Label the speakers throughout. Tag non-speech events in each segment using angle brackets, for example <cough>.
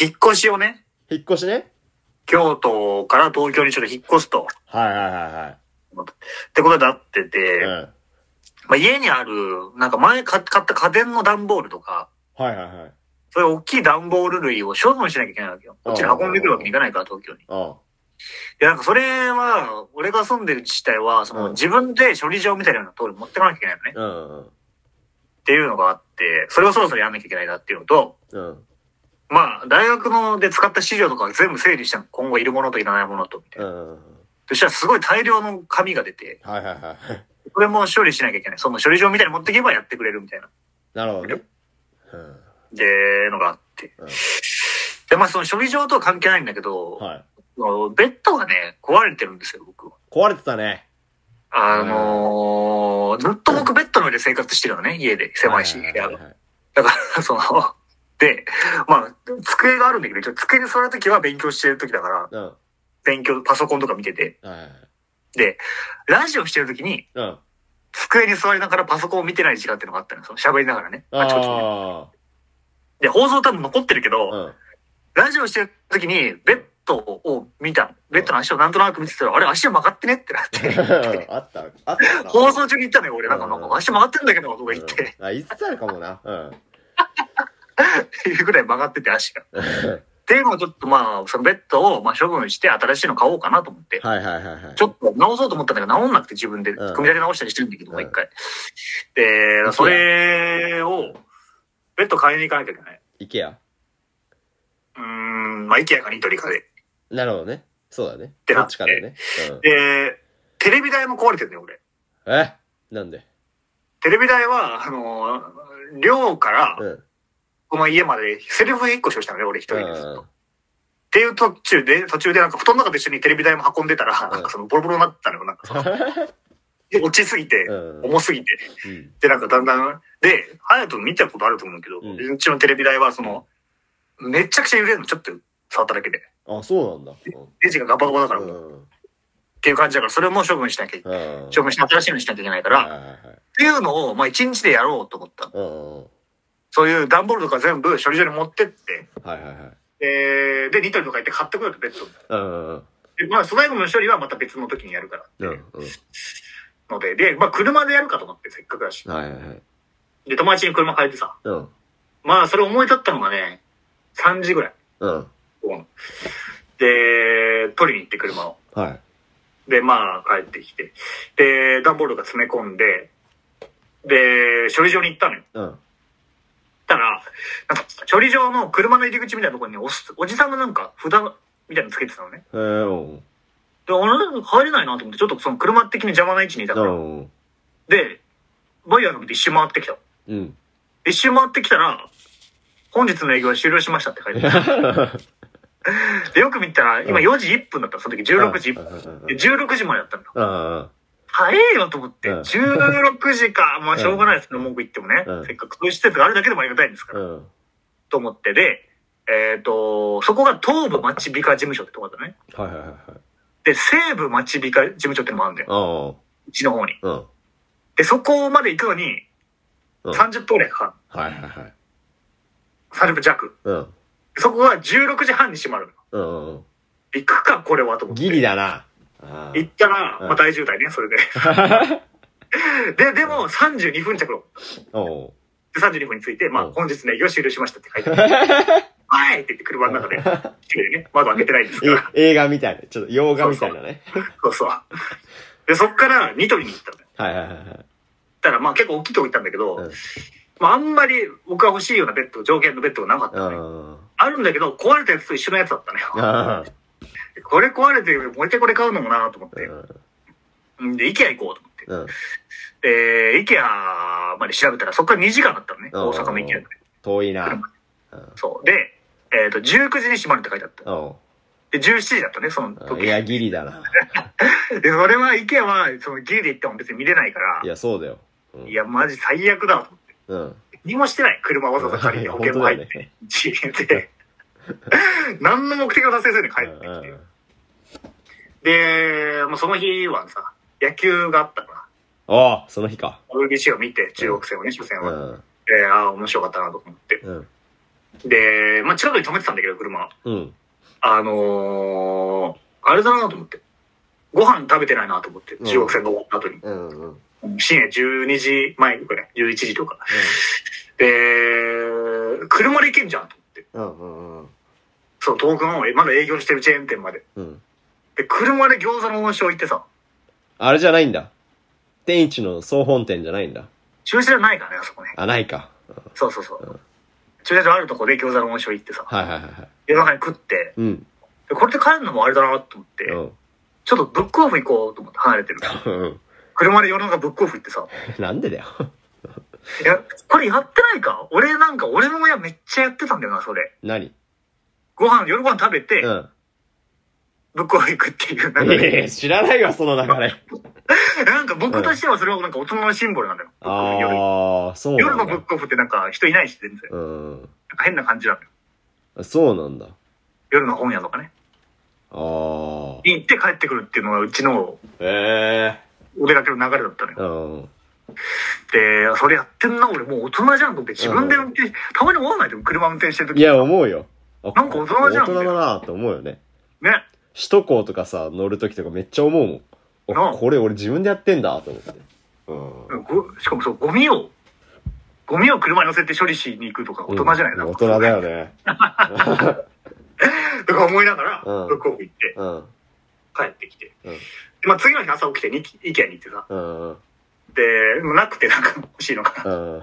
Speaker 1: 引っ越しをね、
Speaker 2: 引っ越しね。
Speaker 1: 京都から東京にちょっと引っ越すと、
Speaker 2: はいはいは
Speaker 1: ってことになって
Speaker 2: い
Speaker 1: て、
Speaker 2: はい。うん。
Speaker 1: まあ、家にある、なんか前買買った家電の段ボールとか、
Speaker 2: はいはいはい。
Speaker 1: そういう大きい段ボール類を処分しなきゃいけないわけよ。こっちに運んでくるわけにいかないから、東京に。
Speaker 2: うん。
Speaker 1: で、なんかそれは、俺が住んでる自治体は、そ
Speaker 2: うん
Speaker 1: の自分で処理場みたいなのを通り持ってかなきゃいけないのね。
Speaker 2: うんうん
Speaker 1: っていうのがあって、それをそろそろやんなきゃいけないなっていうのと、
Speaker 2: うん。うん。
Speaker 1: まあ、大学ので使った資料とか全部整理したの。今後いるものといらないものと、みたいな。
Speaker 2: うん。
Speaker 1: そしたらすごい大量の紙が出て、
Speaker 2: はいはいはい。
Speaker 1: これも処理しなきゃいけない。その処理場みたいに持っていけばやってくれるみたいな。
Speaker 2: なるほどね。うん。
Speaker 1: で、のがあって
Speaker 2: うん。
Speaker 1: で、まあその処理場とは関係ないんだけど、
Speaker 2: はい。
Speaker 1: そのベッドがね、壊れてるんですよ、僕は。
Speaker 2: 壊れてたね。
Speaker 1: あのー、ずっと僕ベッドの上で生活してるのね、家で。狭いし、部
Speaker 2: は
Speaker 1: 屋
Speaker 2: は
Speaker 1: が
Speaker 2: は。はい
Speaker 1: だから、 <laughs> その、で、まあ、机があるんだけど、一応机に座るときは勉強してるときだから、
Speaker 2: うん。は
Speaker 1: 勉強、パソコンとか見てて、
Speaker 2: いはいはい。
Speaker 1: で、ラジオしてるときに、
Speaker 2: うん。あ
Speaker 1: 机に座りながらパソコンを見てない時間っていうのがあったのよ、その喋りながらね。あちこちに
Speaker 2: あ
Speaker 1: で、放送多分残ってるけど、<laughs>
Speaker 2: ー。うん。
Speaker 1: ラジオしてるときに、ベッドを見たの。ベッドの足をなんとなく見てたら、あれ、足が曲がってねってな
Speaker 2: <laughs>
Speaker 1: って。
Speaker 2: あった、あったな。
Speaker 1: 放送中に言ったのよ、俺。なんか、
Speaker 2: うん
Speaker 1: なんか足曲がってんだけど、とか
Speaker 2: うん
Speaker 1: 言って。
Speaker 2: あ、言ってたのかもな。うん。
Speaker 1: っていうぐらい曲がってて、足が。っていうのをちょっとまあ、そのベッドをまあ処分して、新しいの買おうかなと思って。
Speaker 2: はいはいはいはい。
Speaker 1: ちょっと直そうと思ったんだけど、直んなくて自分で、
Speaker 2: うん
Speaker 1: 組み立て直したりしてるんだけど、もう一回。
Speaker 2: う
Speaker 1: で、
Speaker 2: ん
Speaker 1: それを、ベッド買いに行かなきゃいけない。
Speaker 2: IKEA。
Speaker 1: うーん、まあ、イケアかニトリかで。
Speaker 2: なるほどね。そうだね。
Speaker 1: て
Speaker 2: ど
Speaker 1: な
Speaker 2: っちかだね。うん。
Speaker 1: で、テレビ台も壊れてるね、俺。
Speaker 2: えなんで
Speaker 1: テレビ台は、あのー、寮から
Speaker 2: う、ん。
Speaker 1: この家まで、セルフ引っ越しをしたのね、俺一人でずっ
Speaker 2: うん
Speaker 1: と。っていう途中で、途中でなんか布団の中と一緒にテレビ台も運んでたら、なんかそのボロボロになったのよ、なんか
Speaker 2: <laughs>
Speaker 1: そので落ちすぎて、
Speaker 2: うん。
Speaker 1: 重すぎて。
Speaker 2: うん。
Speaker 1: で、なんかだんだん、で、ハヤト見たことあると思うけど、
Speaker 2: う
Speaker 1: うんちのテレビ台はその、めちゃくちゃ揺れるの、ちょっと触っただけで。
Speaker 2: あ、そうなんだ。
Speaker 1: レジがガバガバだから、
Speaker 2: う
Speaker 1: っ
Speaker 2: ん。
Speaker 1: ていう感じだから、それも処分しなきゃいけない。
Speaker 2: うん。
Speaker 1: 処分して新しいのにしなきゃいけないから、
Speaker 2: はい
Speaker 1: っ
Speaker 2: はいはい。
Speaker 1: ていうのを、まあ一日でやろうと思ったの。
Speaker 2: うん。うん
Speaker 1: そういう段ボールとか全部処理場に持ってって、
Speaker 2: はいはいはい。
Speaker 1: で、で、ニトリとか行って買ってこようと別途。
Speaker 2: うんうん。
Speaker 1: で、まあ素材ゴミの処理はまた別の時にやるからって
Speaker 2: う
Speaker 1: いうん
Speaker 2: うん。
Speaker 1: ので、で、まあ車でやるかと思って、せっかくだし。
Speaker 2: はいはいはい。
Speaker 1: で、友達に車借りてさ、
Speaker 2: うん。
Speaker 1: まあそれ思い立ったのがね、3時ぐらい。
Speaker 2: うん。
Speaker 1: で、取りに行って車を。
Speaker 2: はい。
Speaker 1: で、まあ、帰ってきて。で、段ボールが詰め込んで、で、処理場に行ったのよ。
Speaker 2: うん。
Speaker 1: 行ったら、なんか、処理場の車の入り口みたいなところにおす、おじさんがなんか、札みたいなのつけてたのね。
Speaker 2: えー、うん。
Speaker 1: で、あれ、入れないなと思って、ちょっとその車的に邪魔な位置にいたか
Speaker 2: う
Speaker 1: ら。
Speaker 2: ん。
Speaker 1: で、バイヤーの見て一周回ってきた。
Speaker 2: うん。
Speaker 1: 一周回ってきたら、本日の営業は終了しましたって書いてあるで、よく見たら、今4時1分だった。その時16時1分。で、16時までだったんだ。
Speaker 2: うん。
Speaker 1: 早えよと思って、
Speaker 2: うん
Speaker 1: 16時か、まあしょうがないですね、
Speaker 2: うん
Speaker 1: 文句言ってもね、
Speaker 2: うん
Speaker 1: せっかくそういう施設があるだけでもありがたいんですから、
Speaker 2: うん。
Speaker 1: と思って、で、えっ、と、そこが東部町美化事務所ってとこだったね。
Speaker 2: はいはいはいはい。
Speaker 1: で、西部町美化事務所ってのもあるんだよ。
Speaker 2: うん。
Speaker 1: うちの方に。
Speaker 2: うん。
Speaker 1: で、そこまで行くのに、
Speaker 2: うん
Speaker 1: 30分ぐらいかか
Speaker 2: はいはいはい。
Speaker 1: る。30分弱。
Speaker 2: うん。
Speaker 1: そこが16時半に閉まるの。
Speaker 2: うんうん。
Speaker 1: 行くか、これはと思って。
Speaker 2: ギリだな。あ
Speaker 1: 行ったら、
Speaker 2: うん
Speaker 1: まあ大渋滞ね、そ
Speaker 2: <laughs>
Speaker 1: れで。で、でも32分着ろ。
Speaker 2: あ。お
Speaker 1: で
Speaker 2: う。
Speaker 1: 32分について、ま
Speaker 2: う
Speaker 1: あ
Speaker 2: ん
Speaker 1: 本日の営業終了しましたって
Speaker 2: <laughs>
Speaker 1: 書いてある。はいって言って車の中で、綺麗にね、窓開けてないですから。
Speaker 2: え、映画みたいな。ちょっと洋画みたい
Speaker 1: <laughs>
Speaker 2: なね。
Speaker 1: そうそう。で、そっからニトリに行ったのよ。
Speaker 2: はいはいはいはい。
Speaker 1: たらまあ結構大きいとこ行ったんだけど、
Speaker 2: うん
Speaker 1: まああんまり僕が欲しいようなベッド、条件のベッドがなかった
Speaker 2: う
Speaker 1: のね、
Speaker 2: ん。
Speaker 1: あるんだけど、壊れたやつと一緒のやつだったのよ。
Speaker 2: あ
Speaker 1: これ壊れてる、もう一回これ買うのもなと思っ
Speaker 2: う
Speaker 1: て。
Speaker 2: ん。
Speaker 1: うんで、イケア行こうと思って。
Speaker 2: うん。
Speaker 1: で、イケアまで調べたら、そっから2時間だったのね。
Speaker 2: うん
Speaker 1: 大阪のイケアで。
Speaker 2: 遠いな。
Speaker 1: そう。で、えっ、と、19時に閉まるって書いてあった。
Speaker 2: お
Speaker 1: で、17時だったね、その
Speaker 2: う。
Speaker 1: 時。
Speaker 2: いや、ギリだな。
Speaker 1: で、それは、イケアは、その、ギリで行っても別に見れないから
Speaker 2: い、や、そうだよ。
Speaker 1: いや、マジ最悪だと思って。
Speaker 2: うん。
Speaker 1: 何もしてない。車わざわざ
Speaker 2: <laughs>
Speaker 1: 借りて、保険も入って、
Speaker 2: て。
Speaker 1: 自由で。 <laughs> 何の目的を達成せずに帰
Speaker 2: う
Speaker 1: ってきて
Speaker 2: ん。。
Speaker 1: で、もうその日はさ、野球があったから、
Speaker 2: ああ、その日か。
Speaker 1: WBC を見て、中国戦をね、初戦
Speaker 2: う
Speaker 1: は。
Speaker 2: ん。
Speaker 1: えー、ああ、面白かったなと思って。
Speaker 2: うん。
Speaker 1: で、まあ、近くに止めてたんだけど、車。
Speaker 2: うん。
Speaker 1: あのー、あれだなと思って。ご飯食べてないなと思って、
Speaker 2: ん
Speaker 1: 中国戦が終わった後に。
Speaker 2: うんうん。
Speaker 1: 深夜12時前ぐらい、11時とか。で、車で行けんじゃんと思って。
Speaker 2: うんうんうん。
Speaker 1: そう、東京の、えまだ営業してるチェーン店まで。
Speaker 2: うん。
Speaker 1: で、車で餃子の王将行ってさ、
Speaker 2: あれじゃないんだ。天一の総本店じゃないんだ。
Speaker 1: 駐車場ないからね、あそこね。
Speaker 2: あ、ないか。うん
Speaker 1: そうそうそう。駐車場あるとこで餃子の王将行ってさ、
Speaker 2: はいはいはいはい。
Speaker 1: 夜中に食って、
Speaker 2: うん。
Speaker 1: でこれで帰るのもあれだなと思って、
Speaker 2: うん。
Speaker 1: ちょっとブックオフ行こうと思って離れて
Speaker 2: <laughs>
Speaker 1: る。
Speaker 2: うん。
Speaker 1: 車で夜中ブックオフ行ってさ、
Speaker 2: なんでだよ。 <laughs>
Speaker 1: いや、これやってないか俺なんか、俺の親めっちゃやってたんだよな、それ。
Speaker 2: 何
Speaker 1: ご飯、夜ご飯食べて、
Speaker 2: うん。
Speaker 1: ぶっ壊行くっていう、なん
Speaker 2: い
Speaker 1: か
Speaker 2: やい
Speaker 1: ね、
Speaker 2: や知らないわ、その流れ。
Speaker 1: なんか僕としてはそれはなんか大人のシンボルなんだよ。ブックオフ夜
Speaker 2: ああ、そう
Speaker 1: 夜の
Speaker 2: なん
Speaker 1: ブッ
Speaker 2: だ。
Speaker 1: クオフってなんか人いないし、全然。
Speaker 2: うん。
Speaker 1: なんか変な感じなんだよ。
Speaker 2: そうなんだ。
Speaker 1: 夜の本屋とかね。
Speaker 2: ああ。
Speaker 1: 行って帰ってくるっていうのがうちの
Speaker 2: え
Speaker 1: お出かけの流れだったの
Speaker 2: え
Speaker 1: よ。
Speaker 2: うん。
Speaker 1: で、それやってんな、俺もう大人じゃんと思って自分で運転し、たまに思わないでも車運転してる
Speaker 2: い
Speaker 1: 時。
Speaker 2: や、思うよ。あ
Speaker 1: なんか大人じゃん
Speaker 2: 大人だなって思うよね。
Speaker 1: ね。
Speaker 2: 首都高とかさ、乗るときとかめっちゃ思うもん。
Speaker 1: なあ
Speaker 2: おこれ俺自分でやってんだと思って。うん。
Speaker 1: ごしかもそう、ゴミを、ゴミを車に乗せて処理しに行くとか大人じゃないな、
Speaker 2: うん大人だよね。
Speaker 1: <laughs> とか思いながら、
Speaker 2: うん
Speaker 1: ブックオフ行って、
Speaker 2: うん。
Speaker 1: 帰ってきて。
Speaker 2: うん
Speaker 1: でまあ、次の日朝起きてに、イケアに行ってさ。
Speaker 2: うん。うん
Speaker 1: で、もうなくてなんか欲しいのかな。 <laughs>
Speaker 2: うん。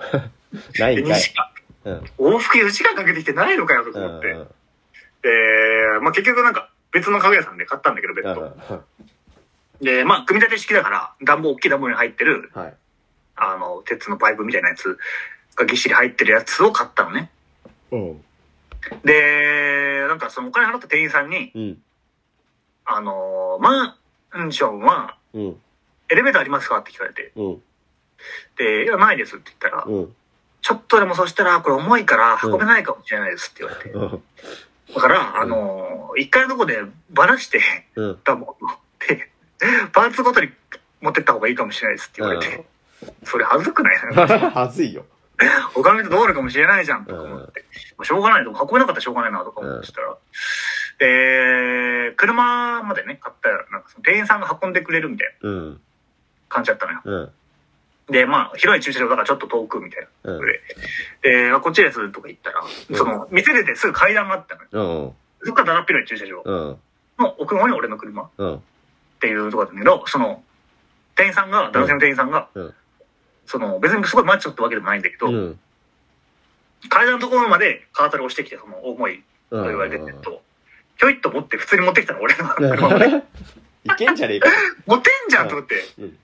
Speaker 2: ない
Speaker 1: で、
Speaker 2: ん
Speaker 1: 2
Speaker 2: かい。
Speaker 1: 時間。
Speaker 2: うん。
Speaker 1: 往復4時間かけてきてないのかよとか
Speaker 2: うん。
Speaker 1: 思っ
Speaker 2: う
Speaker 1: て。
Speaker 2: ん
Speaker 1: で、まあ、結局なんか、別の家具屋さんで買ったんだけど、ベ
Speaker 2: う
Speaker 1: ッ
Speaker 2: ん。
Speaker 1: ド。で、まあ、組み立て式だから、暖房、大きい暖房に入ってる、
Speaker 2: はい。
Speaker 1: あの、鉄のパイプみたいなやつがぎっしり入ってるやつを買ったのね。
Speaker 2: うん。
Speaker 1: で、なんかそのお金払った店員さんに、
Speaker 2: うん。
Speaker 1: あの、マンションは
Speaker 2: うん。
Speaker 1: エレベーターありますかって聞かれて、
Speaker 2: うん。
Speaker 1: で、いや、ないですって言ったら、
Speaker 2: うん。
Speaker 1: ちょっとでもそしたら、これ重いから運べないかもしれないですって言われて。
Speaker 2: うん。
Speaker 1: だから、あのー一回のとこでばらして、
Speaker 2: うん。 <laughs>
Speaker 1: ダムを持って、パーツごとに持ってった方がいいかもしれないですって言われて、それ恥ずくない
Speaker 2: はずいよ。
Speaker 1: お金とどうなるかもしれないじゃんとか
Speaker 2: うん
Speaker 1: 思って、まあしょうがないと、運べなかったらしょうがないなとか思ってたら、で、車までね、買ったら、なんかその店員さんが運んでくれるみたいな
Speaker 2: うん。
Speaker 1: 感じだったのよ。
Speaker 2: うん。
Speaker 1: で、まあ、広い駐車場だからちょっと遠くみたいな。
Speaker 2: うん。
Speaker 1: で、あこっちですとか言ったら、
Speaker 2: うん
Speaker 1: その、店出てすぐ階段があったのよ。
Speaker 2: うん。
Speaker 1: そっからだらっ広い駐車場
Speaker 2: うん。
Speaker 1: の奥の方に俺の車。
Speaker 2: うん。
Speaker 1: っていうとこだったんだけど、その、店員さんが、男性の店員さんが、
Speaker 2: うん
Speaker 1: その、別にすごいマッチョってわけでもないんだけど、
Speaker 2: うん。
Speaker 1: 階段のところまでカートル押してきて、その、重いと言われてると、ひょいっと持って、普通に持ってきたの俺の車まで
Speaker 2: <laughs> いけんじゃねえか。
Speaker 1: <laughs> 持てんじゃんと思って。
Speaker 2: うん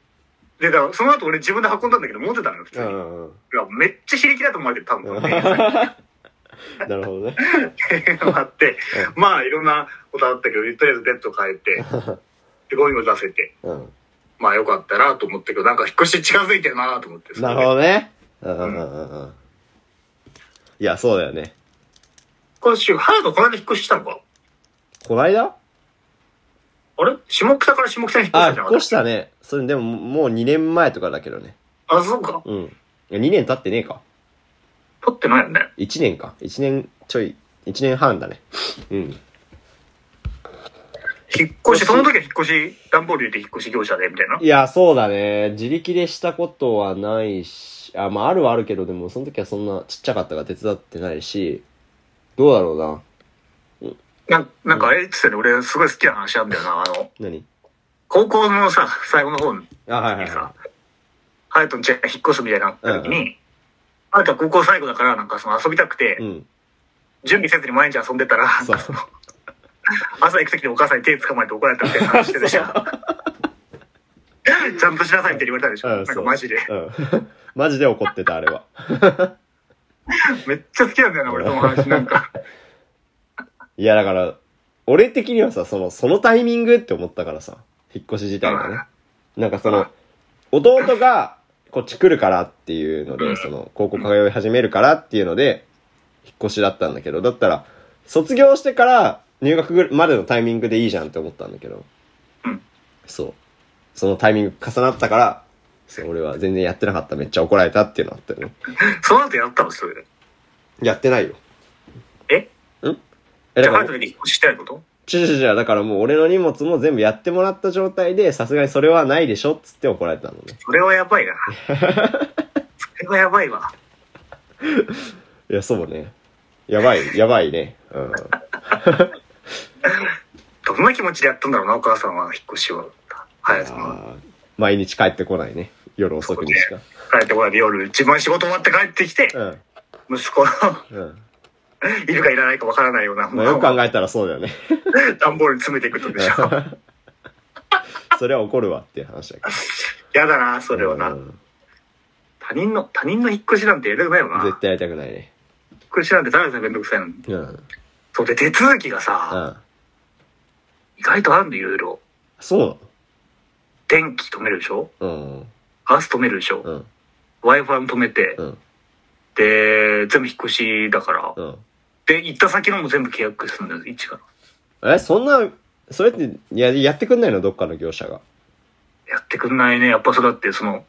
Speaker 1: で、だから、その後俺自分で運んだんだけど、持ってたのよ、普通
Speaker 2: う
Speaker 1: に。
Speaker 2: ん。う
Speaker 1: い
Speaker 2: ん。
Speaker 1: やめっちゃ刺激だと思われてる、多分。店員さん <laughs>
Speaker 2: なるほどね。
Speaker 1: っていうのがあって、まあ、いろんなことあったけど、とりあえずベッド変え
Speaker 2: <laughs>
Speaker 1: て、で、ゴミも出せて、
Speaker 2: うん。
Speaker 1: まあ、よかったなと思ったけど、なんか引っ越し近づいてるなと思って。
Speaker 2: なるほどね。うんうんうんうん。いや、そうだよね。
Speaker 1: 今週、ハヤトこの間引っ越ししたのか
Speaker 2: こないだ
Speaker 1: あれ下北から下北に引っ越し
Speaker 2: あ、
Speaker 1: たじ
Speaker 2: 引
Speaker 1: ゃ
Speaker 2: っ
Speaker 1: ん。
Speaker 2: 越したね。それでも、もう2年前とかだけどね。
Speaker 1: あ、そうか。
Speaker 2: うん。2年経ってねえか。
Speaker 1: 撮ってないよね。
Speaker 2: 1年か。1年ちょい、1年半だね。うん。
Speaker 1: 引っ越し、その時は引っ越し、段ボール入れて引っ越し業者で、みたいな。
Speaker 2: いや、そうだね。自力でしたことはないし、あ、まあ、あるはあるけど、でも、その時はそんなちっちゃかったから手伝ってないし、どうだろうな。
Speaker 1: なんなんかあれ言ってたよね、俺すごい好きな話なんだよな。あの、
Speaker 2: 何
Speaker 1: 高校のさ、最後の方に
Speaker 2: あ、はいはいは
Speaker 1: さ、ハヤトの家が引っ越すみたいになった時に、ハヤトは高校最後だから、なんかその遊びたくて
Speaker 2: い。う、ん。
Speaker 1: 準備せずに毎日遊んでたら、なんかその、朝行く時にお母さんに手掴まれて怒られたみたいな話してた
Speaker 2: <laughs>
Speaker 1: でしょ。 <laughs> ちゃんとしなさいみたいに言われたでしょ。
Speaker 2: う
Speaker 1: なん
Speaker 2: ん、
Speaker 1: かマジで。
Speaker 2: うん。 <laughs> マジで怒ってた、あれは。
Speaker 1: めっちゃ好きなんだよな、俺、その話。なんか。
Speaker 2: いや、だから、俺的にはさ、その、そのタイミングって思ったからさ、引っ越し自体がね。なんかその、弟が、こっち来るからっていうので、その、高校通い始めるからっていうので、引っ越しだったんだけど、だったら、卒業してから入学ぐらいまでのタイミングでいいじゃんって思ったんだけど
Speaker 1: うん、
Speaker 2: そう。そのタイミング重なったから、 <laughs> そう俺は全然やってなかった。めっちゃ怒られたっていうのあったよね。
Speaker 1: その後やったの、それで。
Speaker 2: やってないよ。え
Speaker 1: じ
Speaker 2: だ
Speaker 1: ゃ
Speaker 2: か
Speaker 1: あ、
Speaker 2: ら
Speaker 1: 帰る時に引っ越ししたいこと
Speaker 2: ちょちょちょ、だからもう俺の荷物も全部やってもらった状態で、さすがにそれはないでしょっつって怒られたのね。
Speaker 1: それはやばいな。それはやばいわ。
Speaker 2: いや、そうね。や
Speaker 1: <laughs>
Speaker 2: ばい、やばいね。うん。
Speaker 1: どんな気持ちでやったんだろうな、お母さんは、引っ越しを。はい、その、
Speaker 2: あー毎日帰ってこないね。夜遅くにしか。
Speaker 1: 帰ってこないで夜、自分仕事終わって帰ってきて、
Speaker 2: うん。
Speaker 1: 息子の、
Speaker 2: うん。
Speaker 1: いるかいらないかわからないような
Speaker 2: ま
Speaker 1: も
Speaker 2: あ、
Speaker 1: の
Speaker 2: よ
Speaker 1: を、
Speaker 2: く考えたらそうだ
Speaker 1: <laughs>
Speaker 2: よね。
Speaker 1: 段ボールに詰めていくとで
Speaker 2: <laughs>
Speaker 1: しょ。
Speaker 2: それは怒るわっていう話だけど。
Speaker 1: やだな、それはな
Speaker 2: う。ん
Speaker 1: 他人の、他人の引っ越しなんてやりたくないよな。引っ
Speaker 2: 絶対やりたくないね。
Speaker 1: 越しなんて誰だってめんどくさいのに。
Speaker 2: うん。うん。
Speaker 1: そうで、手続きがさ、意外とあるんで、いろいろ。
Speaker 2: そう
Speaker 1: 電気止めるでしょ
Speaker 2: なの
Speaker 1: ガス止めるでしょ
Speaker 2: うん。うん。
Speaker 1: ?Wi-Fi も止めて
Speaker 2: う、ん。
Speaker 1: で、全部引っ越しだから。
Speaker 2: うん。
Speaker 1: で、行った先のも全部契約するんだよ、一から。
Speaker 2: え、そんな、それってややってくんないのどっかの業者が。
Speaker 1: やってくんないね。やっぱそれだって、その、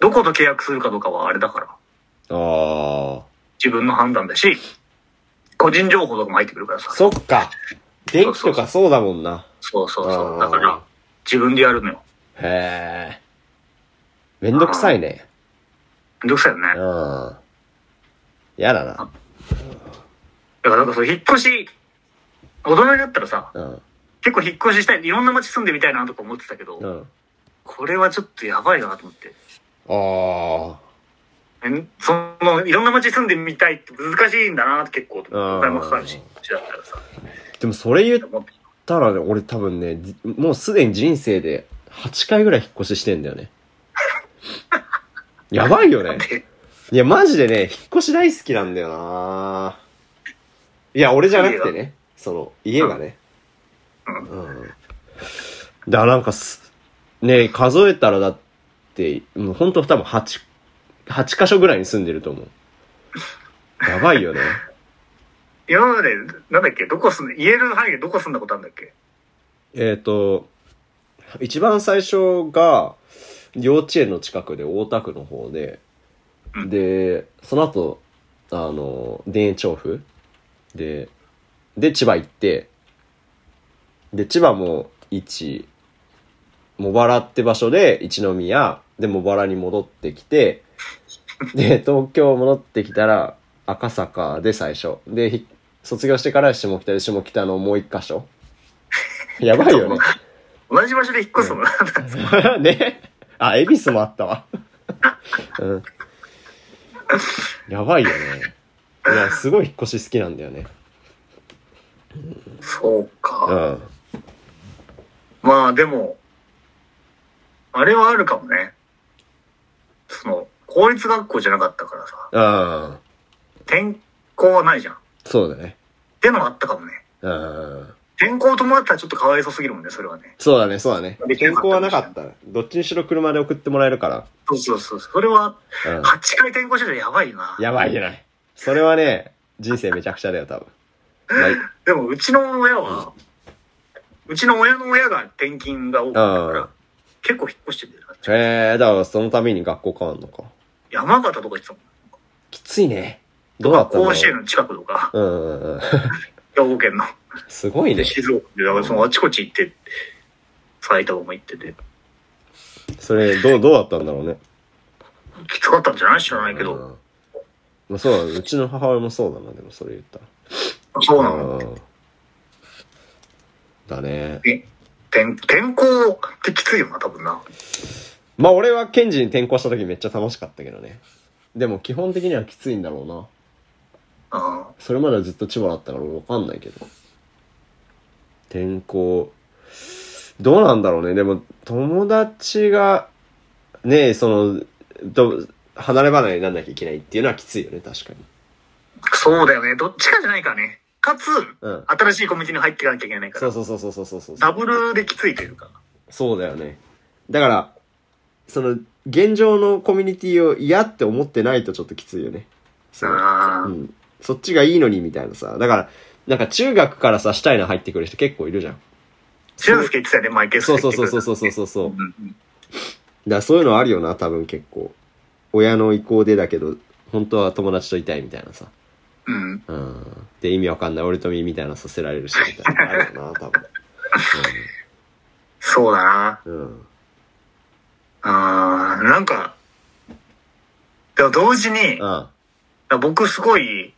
Speaker 1: どこと契約するかどうかはあれだから。
Speaker 2: ああ。
Speaker 1: 自分の判断だし、個人情報とかも入ってくるからさ。
Speaker 2: そっか。電気とかそうだもんな。
Speaker 1: そうそうそ
Speaker 2: あ
Speaker 1: う。
Speaker 2: ー
Speaker 1: だから、自分でやるのよ。
Speaker 2: へえ。めんどくさいね。
Speaker 1: めんどくさいよね。だ
Speaker 2: う
Speaker 1: か
Speaker 2: ん。やだな。
Speaker 1: らなんかその引っ越し、大人になったらさ、
Speaker 2: うん。
Speaker 1: 結構引っ越ししたい。いろんな街住んでみたいなとか思ってたけど、
Speaker 2: うん。
Speaker 1: これはちょっとやばいなと思って。
Speaker 2: あ
Speaker 1: んその、いろんな街住んでみたいって難しいんだなって結構、
Speaker 2: あー
Speaker 1: お金もかかるし、うちだったらさ、
Speaker 2: あ。でもそれ言っ
Speaker 1: 思って
Speaker 2: たらね、俺多分ね、じもうすでに人生で8回ぐらい引っ越ししてんだよ <laughs> ね。やばいよね。
Speaker 1: で
Speaker 2: いや、マジでね、引っ越し大好きなんだよないや、俺じゃなくてね、その、家がね。うん。だからなんかす、ね、数えたらだって、もうほんと多分8、8箇所ぐらいに住んでると思う。やばいよね。
Speaker 1: 今まで、なんだっけ、どこ住んで、言える範囲でどこ住んだことあるんだっけ
Speaker 2: えっと、一番最初が、幼稚園の近くで大田区の方で、
Speaker 1: うん
Speaker 2: で、その後、あの、田園調布で、で、千葉行って、で、千葉も1、茂原って場所で一宮、で、茂原に戻ってきて、で、東京戻ってきたら、赤坂で最初。で、ひ卒業してから下北で下北のもう一箇
Speaker 1: <laughs>
Speaker 2: 所。やばいよね。
Speaker 1: 同じ場所で引っ越すの、なんだ
Speaker 2: <laughs> ね。あ、恵比寿もあったわ。うん。やばいよね。いや、すごい引っ越し好きなんだよね。
Speaker 1: そうか。
Speaker 2: うん。
Speaker 1: まあでも、あれはあるかもね。その、公立学校じゃなかったからさ、
Speaker 2: うん。
Speaker 1: 転校はないじゃん。っ
Speaker 2: そうだね。
Speaker 1: てのもあったかもね。
Speaker 2: うん。
Speaker 1: 転校を伴ったらちょっとかわいそうすぎるもんね、それはね。
Speaker 2: そうだね、そうだね。
Speaker 1: でき
Speaker 2: 健
Speaker 1: なかった
Speaker 2: 康はなかったら。どっちにしろ車で送ってもらえるか
Speaker 1: そうそうそう。それは、
Speaker 2: ら。うん。
Speaker 1: 8回転校してたらやばいな。
Speaker 2: やばいじゃない。それはね、人生めちゃくちゃだよ、多分。ない
Speaker 1: でも、うちの親は、うちの親の親が転勤が多かったか
Speaker 2: うん
Speaker 1: ら、結構引っ越してるんだよな。
Speaker 2: へえー、だからそのために学校変わんのか。
Speaker 1: 山形とか行ってたもん。
Speaker 2: きついね。どうだったんだろ
Speaker 1: 甲
Speaker 2: う
Speaker 1: 子園の近くとか、
Speaker 2: うんうんうん。
Speaker 1: 兵庫県の。
Speaker 2: すごいね
Speaker 1: で、。静岡で、だからそのあちこち行って、埼玉も行ってて、
Speaker 2: それ、どう、どうだったんだろうね。
Speaker 1: きつかったんじゃない知らないけど。
Speaker 2: うんまあ、そうだねうちの母親もそうだなでもそれ言った
Speaker 1: そう
Speaker 2: ら
Speaker 1: なの。
Speaker 2: うんだね
Speaker 1: え転、転校ってきついよな、多分な。
Speaker 2: まあ俺はケンジに転校した時めっちゃ楽しかったけどねでも基本的にはきついんだろうな
Speaker 1: うん。
Speaker 2: それまではずっと千葉だったから俺わかんないけど転校どうなんだろうねでも友達がねえそのど離れ離れになんなきゃいけないっていうのはきついよね確かに
Speaker 1: そうだよね。どっちかじゃないからね。かつ、
Speaker 2: うん
Speaker 1: 新しいコミュニティに入っていかなきゃいけないか
Speaker 2: そう
Speaker 1: ら、
Speaker 2: そうそうそうそうそうそう
Speaker 1: ダブルできついというか。
Speaker 2: そうだよね。だから、その、現状のコミュニティを嫌って思ってないとちょっときついよね。その
Speaker 1: あ
Speaker 2: う
Speaker 1: ー
Speaker 2: ん。そっちがいいのにみたいなさ。だから、なんか中学からさ、したいの入ってくる人結構いるじゃん。
Speaker 1: 俊介言ってたよね、マイケル
Speaker 2: そうそうそうそうそうそうそうそう。だか
Speaker 1: んうん
Speaker 2: らそういうのあるよな、多分結構。親の意向でだけど、本当は友達といたいみたいなさ。
Speaker 1: うん。
Speaker 2: うん。って意味わかんない俺とみみたいなのさせられるし、みたいな。あるよな、多分。
Speaker 1: そうだな。
Speaker 2: うん。うん。
Speaker 1: あーなんか、でも同時に、
Speaker 2: あ
Speaker 1: 僕すごい、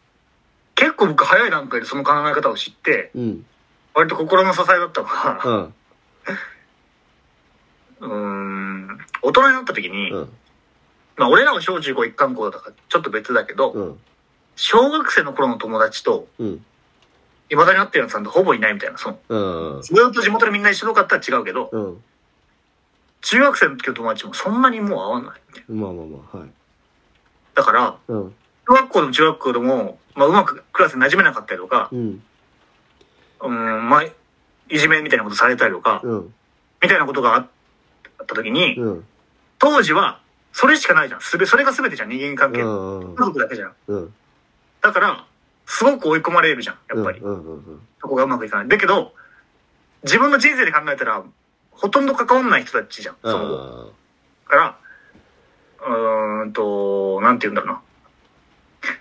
Speaker 1: 結構僕早い段階でその考え方を知って、
Speaker 2: うん。
Speaker 1: 割と心の支えだったのが、
Speaker 2: うん。
Speaker 1: うーん、大人になった時に、
Speaker 2: うん。
Speaker 1: まあ俺らは小中高一貫校だからちょっと別だけど、
Speaker 2: うん。
Speaker 1: 小学生の頃の友達と、
Speaker 2: うん。
Speaker 1: 未だに会ってるやつなんてほぼいないみたいな、その、
Speaker 2: うん。
Speaker 1: ずっと地元でみんな一緒とかだったら違うけど、
Speaker 2: うん。
Speaker 1: 中学生の時の友達もそんなにもう会わないみたいな。
Speaker 2: まあまあまあ、はい。
Speaker 1: だから、
Speaker 2: うん。
Speaker 1: 小学校でも中学校でも、まあうまくクラスに馴染めなかったりとか、
Speaker 2: うん。
Speaker 1: うーん、まあ、いじめみたいなことされたりとか、
Speaker 2: うん。
Speaker 1: みたいなことがあった時に、
Speaker 2: うん。
Speaker 1: 当時は、それしかないじゃん。すべ、それが全てじゃん、人間関係。
Speaker 2: う
Speaker 1: 家
Speaker 2: ん。うん。
Speaker 1: 族だけじゃん。
Speaker 2: うん。
Speaker 1: だから、すごく追い込まれるじゃん、やっぱり。
Speaker 2: うん。うん。
Speaker 1: そこがうまくいかない。だけど、自分の人生で考えたら、ほとんど関わんない人たちじゃん。
Speaker 2: う
Speaker 1: その後
Speaker 2: ん。
Speaker 1: だから、うーんと、なんて言うんだろうな。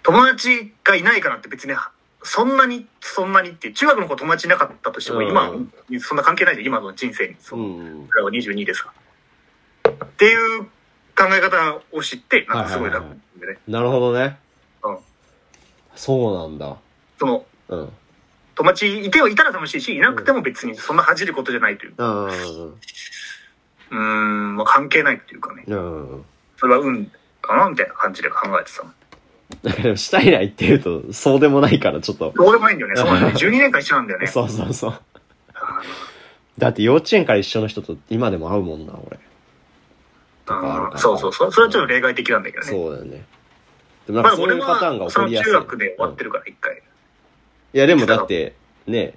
Speaker 1: 友達がいないからって別に、そんなに、そんなにって、中学の子友達いなかったとしても、
Speaker 2: うん
Speaker 1: 今、そんな関係ないじゃん、今の人生に。そうの
Speaker 2: ん。
Speaker 1: 僕らは22ですから。っていう考え方を知って、なんかすごい楽でね。
Speaker 2: なるほどね。
Speaker 1: うん。
Speaker 2: そうなんだ。
Speaker 1: その、
Speaker 2: うん。
Speaker 1: 友達いてはいたら楽しいし、いなくても別にそんな恥じることじゃないという。
Speaker 2: うん。うん。
Speaker 1: うーん、まあ、関係ないっていうかね。
Speaker 2: うん。
Speaker 1: それは運かなみたいな感じで考えてたの。
Speaker 2: だから、したいないって言うと、そうでもないから、ちょっと。
Speaker 1: どうでもいいんだよね。そうなんだよね。12年 <laughs> 間一緒なんだよね。
Speaker 2: そうそうそう。
Speaker 1: あ
Speaker 2: だって、幼稚園から一緒の人と今でも会うもんな、俺。とかあるか
Speaker 1: の
Speaker 2: ら。
Speaker 1: そうそうそう。それはちょっと例外的なんだけどね。
Speaker 2: そうだよね。でもなん
Speaker 1: まあ
Speaker 2: かそうい
Speaker 1: 俺
Speaker 2: うパターンが
Speaker 1: は、
Speaker 2: 起
Speaker 1: そ
Speaker 2: こ
Speaker 1: の
Speaker 2: りや
Speaker 1: 中
Speaker 2: すい。
Speaker 1: 学で終わって
Speaker 2: る。
Speaker 1: るから、一回。
Speaker 2: いや、でもだって、ね、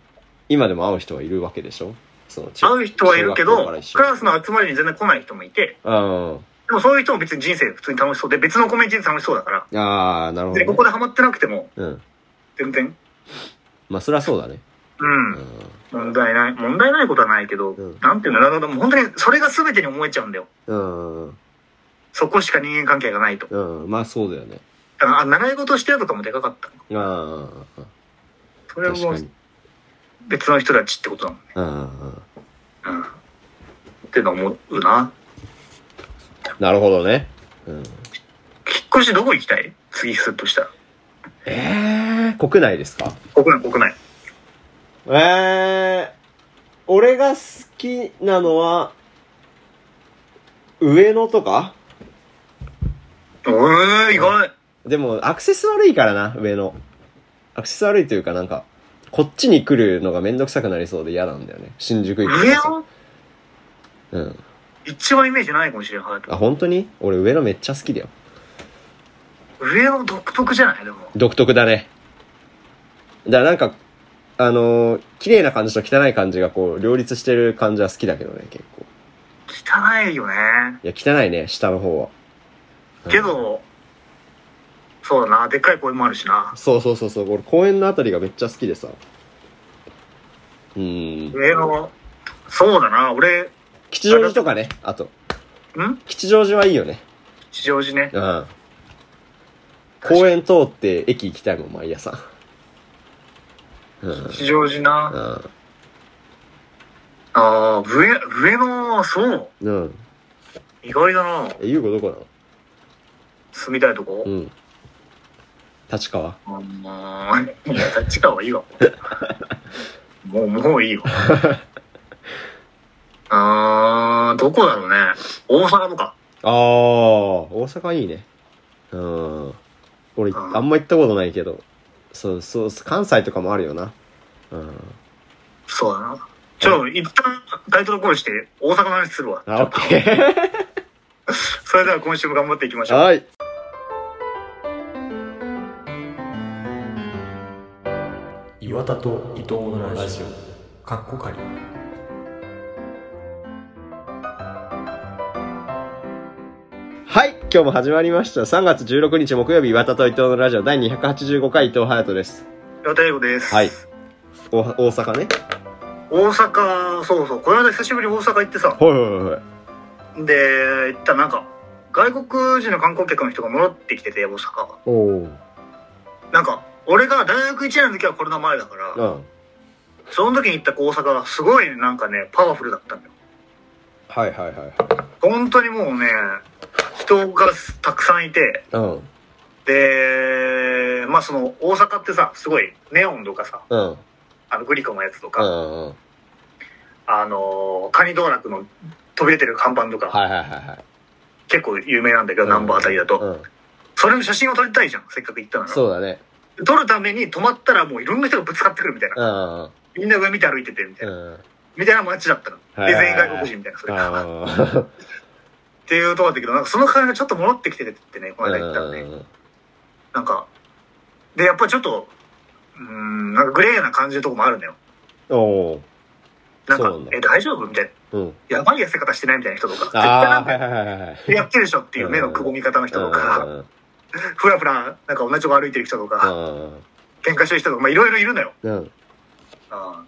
Speaker 2: 今でも会う人はいるわけでしょその中
Speaker 1: 会う人はいるけ
Speaker 2: 小学校
Speaker 1: ど
Speaker 2: から一、緒
Speaker 1: クラスの集まりに全然来ない人もいて、
Speaker 2: うん。
Speaker 1: でもそういう人も別に人生普通に楽しそうで、別のコメント人生楽しそうだから、
Speaker 2: ああ、なるほど、
Speaker 1: で
Speaker 2: ね。
Speaker 1: ここでハマってなくても、
Speaker 2: うん。
Speaker 1: 全然、
Speaker 2: まあ、そりゃそうだね。
Speaker 1: う、
Speaker 2: うんん。
Speaker 1: 問題ない、問題ないことはないけど、
Speaker 2: うん
Speaker 1: なんていうんだろう、でも本当にそれが全てに思えちゃうんだよ。
Speaker 2: うん。
Speaker 1: そこしか人間関係がないと。
Speaker 2: うん。まあ、そうだよね。
Speaker 1: だからあ、習い事してるとかもでかかったのか。
Speaker 2: ああ。
Speaker 1: それ
Speaker 2: 確
Speaker 1: も
Speaker 2: かに。
Speaker 1: 別の人たちってことだもんね。
Speaker 2: う
Speaker 1: う
Speaker 2: ん。
Speaker 1: ん。ってのは思うな。
Speaker 2: なるほどね。うん。
Speaker 1: 引っ越しどこ行きたい次するとしたら。
Speaker 2: ええー、国内ですか
Speaker 1: 国内、国内。
Speaker 2: ええ俺が好きなのは、上野とか
Speaker 1: うーん、意外。
Speaker 2: でも、アクセス悪いからな、上野。アクセス悪いというか、なんか、こっちに来るのがめんどくさくなりそうで嫌なんだよね。新宿行く
Speaker 1: 上野
Speaker 2: うん。
Speaker 1: 一番イメージないかもしれない。
Speaker 2: あ、本当に俺上野めっちゃ好きだよ。
Speaker 1: 上野独特じゃないでも。
Speaker 2: 独特だね。だからなんか、あのー綺麗な感じと汚い感じがこう、両立してる感じは好きだけどね、結構。
Speaker 1: 汚いよね。
Speaker 2: いや、汚いね、下の方は。うん
Speaker 1: けど、そうだな、でっかい公園もあるしな。
Speaker 2: そうそうそうそう、俺公園のあたりがめっちゃ好きでさ。うーん。
Speaker 1: 上野、そうだな、俺、ん
Speaker 2: 吉祥寺とかね、あと。吉祥寺はいいよね。
Speaker 1: 吉祥寺ね。
Speaker 2: うん。公園通って駅行きたいもん、毎朝。うん。うん。
Speaker 1: 吉祥寺な。ああ、上、上野、そう。
Speaker 2: うん。
Speaker 1: 意外だな。
Speaker 2: え、ゆうこどこなの
Speaker 1: 住みたいとこ
Speaker 2: う。ん。立川
Speaker 1: あんまいや、立川 <laughs> はいいわ。もう、もういいわ。あー、どこだろうね。大阪とか。
Speaker 2: ああ、大阪いいね。うん。俺、
Speaker 1: うん
Speaker 2: あんま行ったことないけど。そうそう、関西とかもあるよな。うん。
Speaker 1: そうだな。ちょ、一旦タイトルコールして、大阪の話するわ。
Speaker 2: あ、オッケー。
Speaker 1: それでは今週も頑張っていきましょう。
Speaker 2: はい。
Speaker 3: 岩田と伊藤のラジオかっこかり
Speaker 2: はい今日も始まりました3月16日木曜日岩田と伊藤のラジオ第285回伊藤隼人です
Speaker 1: 岩田英語です。
Speaker 2: はいお大阪ね
Speaker 1: 大阪、そうそう、この間久しぶりに大阪行ってさ、
Speaker 2: ほいほいほい
Speaker 1: で、行ったらなんか、外国人の観光客の人が戻ってきてて、大阪。
Speaker 2: おお
Speaker 1: なんか、俺が大学1年の時はコロナ前だから、
Speaker 2: うん。
Speaker 1: その時に行った大阪はすごいなんかね、パワフルだったんだよ。
Speaker 2: はいはいはいはい。
Speaker 1: 本当にもうね、人がたくさんいて、
Speaker 2: うん。
Speaker 1: で、まあその大阪ってさ、すごいネオンとかさ、
Speaker 2: うん。
Speaker 1: あのグリコのやつと
Speaker 2: う
Speaker 1: か、
Speaker 2: ん。うん。
Speaker 1: あの、カニ道楽の飛び出てる看板とか、
Speaker 2: はいはいはいはい。
Speaker 1: 結構有名なんだけど、ナンバーあたりだと、
Speaker 2: うん。
Speaker 1: それの写真を撮りたいじゃん、せっかく行ったなら。
Speaker 2: そうだね。
Speaker 1: 撮るために止まったらもういろんな人がぶつかってくるみたいな。
Speaker 2: うん。うん。
Speaker 1: みんな上見て歩いてて、みたいな。
Speaker 2: うん。
Speaker 1: みたいな街だったの。
Speaker 2: はい
Speaker 1: で、
Speaker 2: はい
Speaker 1: 全員
Speaker 2: はい
Speaker 1: 外国人みたいな、それが。
Speaker 2: あ
Speaker 1: っていうとこだったけど、なんかその感じがちょっと戻ってきててってね、この間言ったら
Speaker 2: ー
Speaker 1: ね。なんか、で、やっぱちょっと、うーん、なんかグレーな感じのとこもあるんだよ。
Speaker 2: うん。おー
Speaker 1: なん
Speaker 2: そ
Speaker 1: か
Speaker 2: うなん、だ
Speaker 1: え、大丈夫みたいな。
Speaker 2: うん。
Speaker 1: やばい痩せ方してないみたいな人とか、絶対な
Speaker 2: あ
Speaker 1: ん
Speaker 2: あー、は
Speaker 1: か
Speaker 2: いはいはいはいはい。
Speaker 1: やってるでしょっていう目のくぼみ方の人とか、ふらふら、なんか同じとこ歩いてる人とか、喧嘩してる人とか、まあいろいろいるのよ。
Speaker 2: うん。うん。
Speaker 1: うん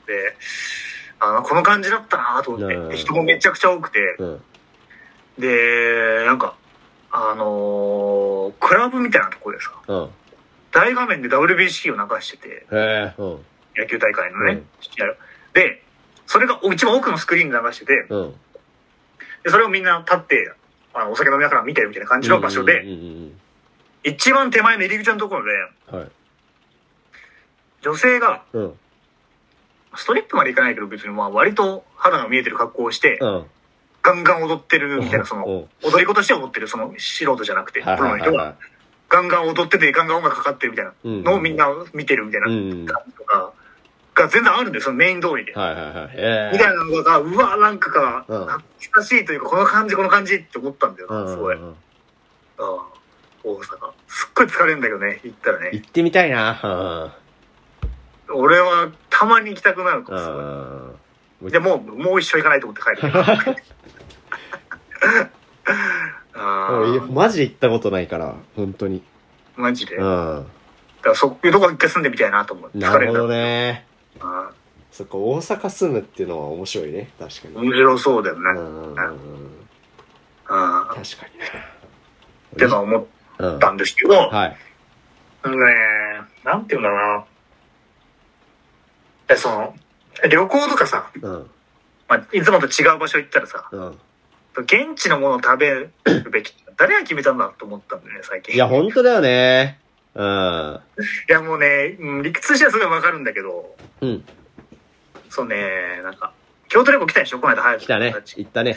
Speaker 1: で、あの、この感じだったなと思って
Speaker 2: うん
Speaker 1: で、人もめちゃくちゃ多くて、
Speaker 2: うん。
Speaker 1: で、なんか、あのークラブみたいなとこでさ、
Speaker 2: うん。
Speaker 1: 大画面で WBC を流してて、
Speaker 2: へえ。うん。
Speaker 1: 野球大会のね、
Speaker 2: うん
Speaker 1: 試合をで、それが一番奥のスクリーンで流してて、
Speaker 2: うん。
Speaker 1: でそれをみんな立って、あの、お酒飲みながら見てるみたいな感じの場所
Speaker 2: うん
Speaker 1: で、
Speaker 2: うんうん
Speaker 1: 一番手前の入り口のところで、
Speaker 2: うん。はい。
Speaker 1: 女性が、
Speaker 2: うん。
Speaker 1: ストリップまでいかないけど別にまあ割と肌が見えてる格好をして
Speaker 2: う、ん。
Speaker 1: ガンガン踊ってるみたいな、そ
Speaker 2: うん
Speaker 1: の、踊り子として踊ってる、その素人じゃなくて、プ
Speaker 2: はい
Speaker 1: ロ
Speaker 2: は
Speaker 1: の
Speaker 2: いはい
Speaker 1: 人
Speaker 2: は。
Speaker 1: が、ガンガン踊ってて、ガンガン音楽かかってるみたいないのをみんな見てるみたいな
Speaker 2: うんうん。
Speaker 1: 感じとか、が全然あるんだよ、そのメイン通りで。
Speaker 2: はいはいはい。ええ。
Speaker 1: みたいなのが、うわ、なんかか、
Speaker 2: うん
Speaker 1: 懐かしいというか、この感じ、この感じって思ったんだよ
Speaker 2: うん
Speaker 1: な、
Speaker 2: うん
Speaker 1: す
Speaker 2: うん
Speaker 1: ごい。うん大阪。すっごい疲れるんだけどね、行ったらね。
Speaker 2: 行ってみたいな。
Speaker 1: 俺はたまに行きたくなるか
Speaker 2: うん
Speaker 1: ら、
Speaker 2: う
Speaker 1: すご
Speaker 2: んうん。
Speaker 1: い。でもう、もう一生行かないと思って帰るけど。
Speaker 2: <laughs>
Speaker 1: あ
Speaker 2: 俺
Speaker 1: ー
Speaker 2: マジで行ったことないから、本当に。
Speaker 1: マジで。
Speaker 2: う
Speaker 1: だか
Speaker 2: ん。
Speaker 1: らそういうとこ一回住んでみたいなと思う。
Speaker 2: な
Speaker 1: 疲れ
Speaker 2: る
Speaker 1: る
Speaker 2: ほ
Speaker 1: だ
Speaker 2: ど
Speaker 1: ろう
Speaker 2: ね。
Speaker 1: な。
Speaker 2: そっか、大阪住むっていうのは面白いね。確かに。
Speaker 1: 面白そうだよ
Speaker 2: う
Speaker 1: ね。
Speaker 2: んうんうんうん。
Speaker 1: あー
Speaker 2: 確かにな。
Speaker 1: ってのは思っ
Speaker 2: うん。
Speaker 1: たんですけど、
Speaker 2: はい。
Speaker 1: ねえ、なんて言うんだろうな。え、その、旅行とかさ、
Speaker 2: うん。
Speaker 1: まあ、いつもと違う場所行ったらさ、
Speaker 2: うん。
Speaker 1: 現地のものを食べるべ
Speaker 2: <clears throat>
Speaker 1: き。誰が決めたんだと思ったんだよね、最近。
Speaker 2: いや、本当だよね。うん。
Speaker 1: いやもうね、うん理屈としてはすごいわかるんだけど、
Speaker 2: うん。
Speaker 1: そうね、なんか、京都旅行来たでしょこの間早く。
Speaker 2: 来たね。行ったね。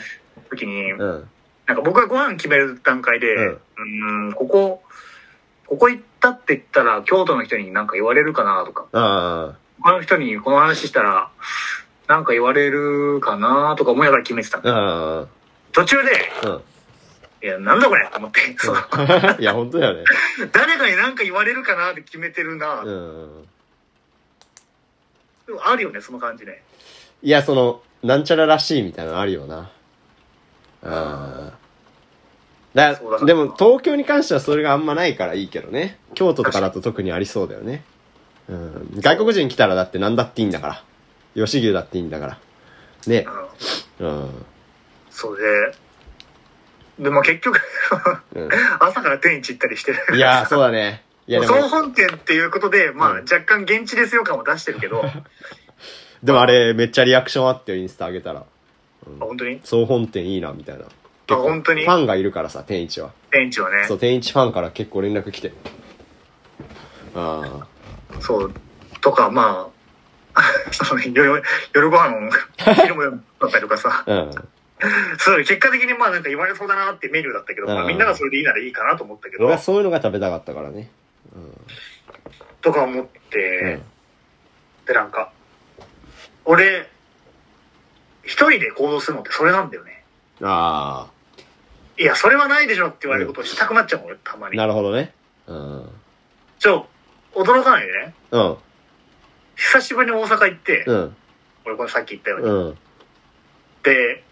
Speaker 1: 時に、
Speaker 2: うん。うん。
Speaker 1: なんか僕がご飯決める段階で、
Speaker 2: うん
Speaker 1: うん、ここ、ここ行ったって言ったら、京都の人になんか言われるかなとか、
Speaker 2: あ
Speaker 1: 他の人にこの話したら、なんか言われるかなとか思いながら決めてたの。
Speaker 2: あ。うん。
Speaker 1: 途中で、
Speaker 2: うん。
Speaker 1: いや、なんだこれと思って、そう
Speaker 2: いや、本当だよね。
Speaker 1: 誰かになんか言われるかなって決めてるな、
Speaker 2: うん。
Speaker 1: でもあるよね、その感じね。
Speaker 2: いや、その、なんちゃららしいみたいなのあるよな。うん。だ
Speaker 1: そうだな
Speaker 2: でも、東京に関してはそれがあんまないからいいけどね。京都とかだと特にありそうだよね。うん。外国人来たらだって何だっていいんだから。吉牛だっていいんだから。ね
Speaker 1: う。ん、
Speaker 2: うん。
Speaker 1: そうで、で、まあ結局、 <laughs>
Speaker 2: うん。
Speaker 1: 朝から天一行ったりしてる。
Speaker 2: いやー、そうだね。いや、で
Speaker 1: 総
Speaker 2: も、
Speaker 1: 本店っていうことで、まあ、
Speaker 2: うん
Speaker 1: 若干現地ですよ感も出してるけど、あ
Speaker 2: でもあれ、めっちゃリアクションあってよ、インスタ上げたら。
Speaker 1: 本当に
Speaker 2: 総本店いいな、みたいな。
Speaker 1: 本当に
Speaker 2: ファンがいるからさ、天一は。
Speaker 1: 店長はね
Speaker 2: そ、
Speaker 1: そう
Speaker 2: 天一ファンから結構連絡来てる。あ
Speaker 1: うとかまあ <laughs> その夜夜ご飯を昼もだったりとかさ
Speaker 2: あ。うん。
Speaker 1: そう結果的にまあなんか言われそうだなってメニューだったけど、ま
Speaker 2: う
Speaker 1: あ、
Speaker 2: ん
Speaker 1: みんながそれでいいならいいかなと思ったけど、
Speaker 2: 俺はそういうのが食べたかったからね。
Speaker 1: とか思って、
Speaker 2: うん。
Speaker 1: でなんか俺一人で行動するのってそれなんだよね
Speaker 2: あ
Speaker 1: いやそれはないでしょって言われることをしたくなっちゃうもん俺たま
Speaker 2: あ。
Speaker 1: に
Speaker 2: なるほどね。うん。
Speaker 1: ちょ驚かないでね
Speaker 2: うん。
Speaker 1: 久しぶりに大阪行って、
Speaker 2: うん。
Speaker 1: 俺これさっき言ったように、
Speaker 2: うん。
Speaker 1: で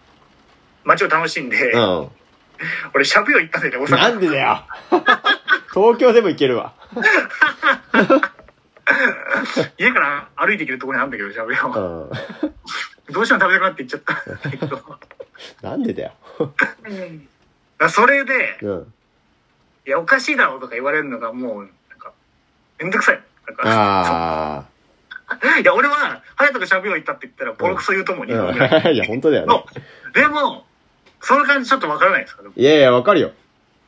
Speaker 1: 街を楽しんで、
Speaker 2: うん。
Speaker 1: 俺しゃぶよ行ったんだよね大阪
Speaker 2: なんでだよ東京でも行けるわ。
Speaker 1: 家から歩いて行けるところにあるんだけどしゃぶよ、
Speaker 2: うん。
Speaker 1: どうしても食べたくなって行っちゃったんだけどだか
Speaker 2: なんでだよ。
Speaker 1: らそれで
Speaker 2: うん。
Speaker 1: 「いやおかしいだろ」とか言われるのがもうなんかめんどくさいなんか、
Speaker 2: あ
Speaker 1: <laughs> いや、俺は、隼人がシャンピオン行ったって言ったら、ボロクソ言うと思う、
Speaker 2: あ。
Speaker 1: 日本ぐらい。
Speaker 2: うんいや、本当だよね
Speaker 1: の。 <laughs> でも、その感じちょっとわからないですかでも
Speaker 2: いやいや、わかるよ。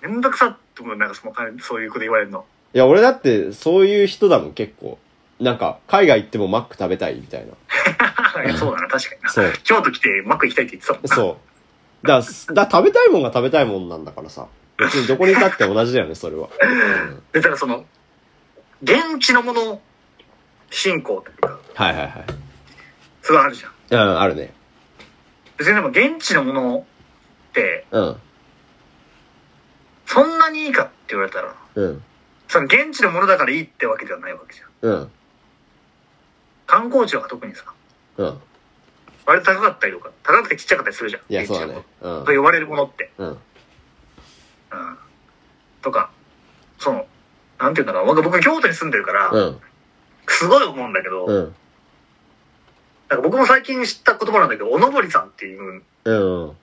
Speaker 1: めんどくさって思う、なんかその感じ、そういうこと言われるの。 <laughs>
Speaker 2: いや、俺だって、そういう人だもん、結構。なんか、海外行ってもマック食べたいみたいな。
Speaker 1: いやそうだな、確かにな。
Speaker 2: そう。
Speaker 1: 京都来て、マック行きたいって言ってたもんな。
Speaker 2: そう。だだ食べたいもんが食べたいもんなんだからさ。別にどこに立って同じだよね、それは。うん
Speaker 1: で、だからその、現地のもの、信仰というか、
Speaker 2: はいはいはい。
Speaker 1: それはあるじゃん。
Speaker 2: うん、あるね。
Speaker 1: 別にでも現地のものって、
Speaker 2: うん。
Speaker 1: そんなにいいかって言われたら、
Speaker 2: うん。
Speaker 1: その現地のものだからいいってわけではないわけじゃん。
Speaker 2: うん。
Speaker 1: 観光地は特にさ、
Speaker 2: うん。
Speaker 1: 割と高かったりとか、高くてちっちゃかったりするじゃん。
Speaker 2: いや、そう
Speaker 1: 現
Speaker 2: だ
Speaker 1: 地のも
Speaker 2: ね
Speaker 1: の。
Speaker 2: うん
Speaker 1: と。呼ばれるものって。
Speaker 2: うん。
Speaker 1: うん。とか、その、なんていうんだろう。僕、僕京都に住んでるから、
Speaker 2: うん。
Speaker 1: すごい思うんだけど、
Speaker 2: うん。
Speaker 1: なんか僕も最近知った言葉なんだけど、おのぼりさんっていう
Speaker 2: うん。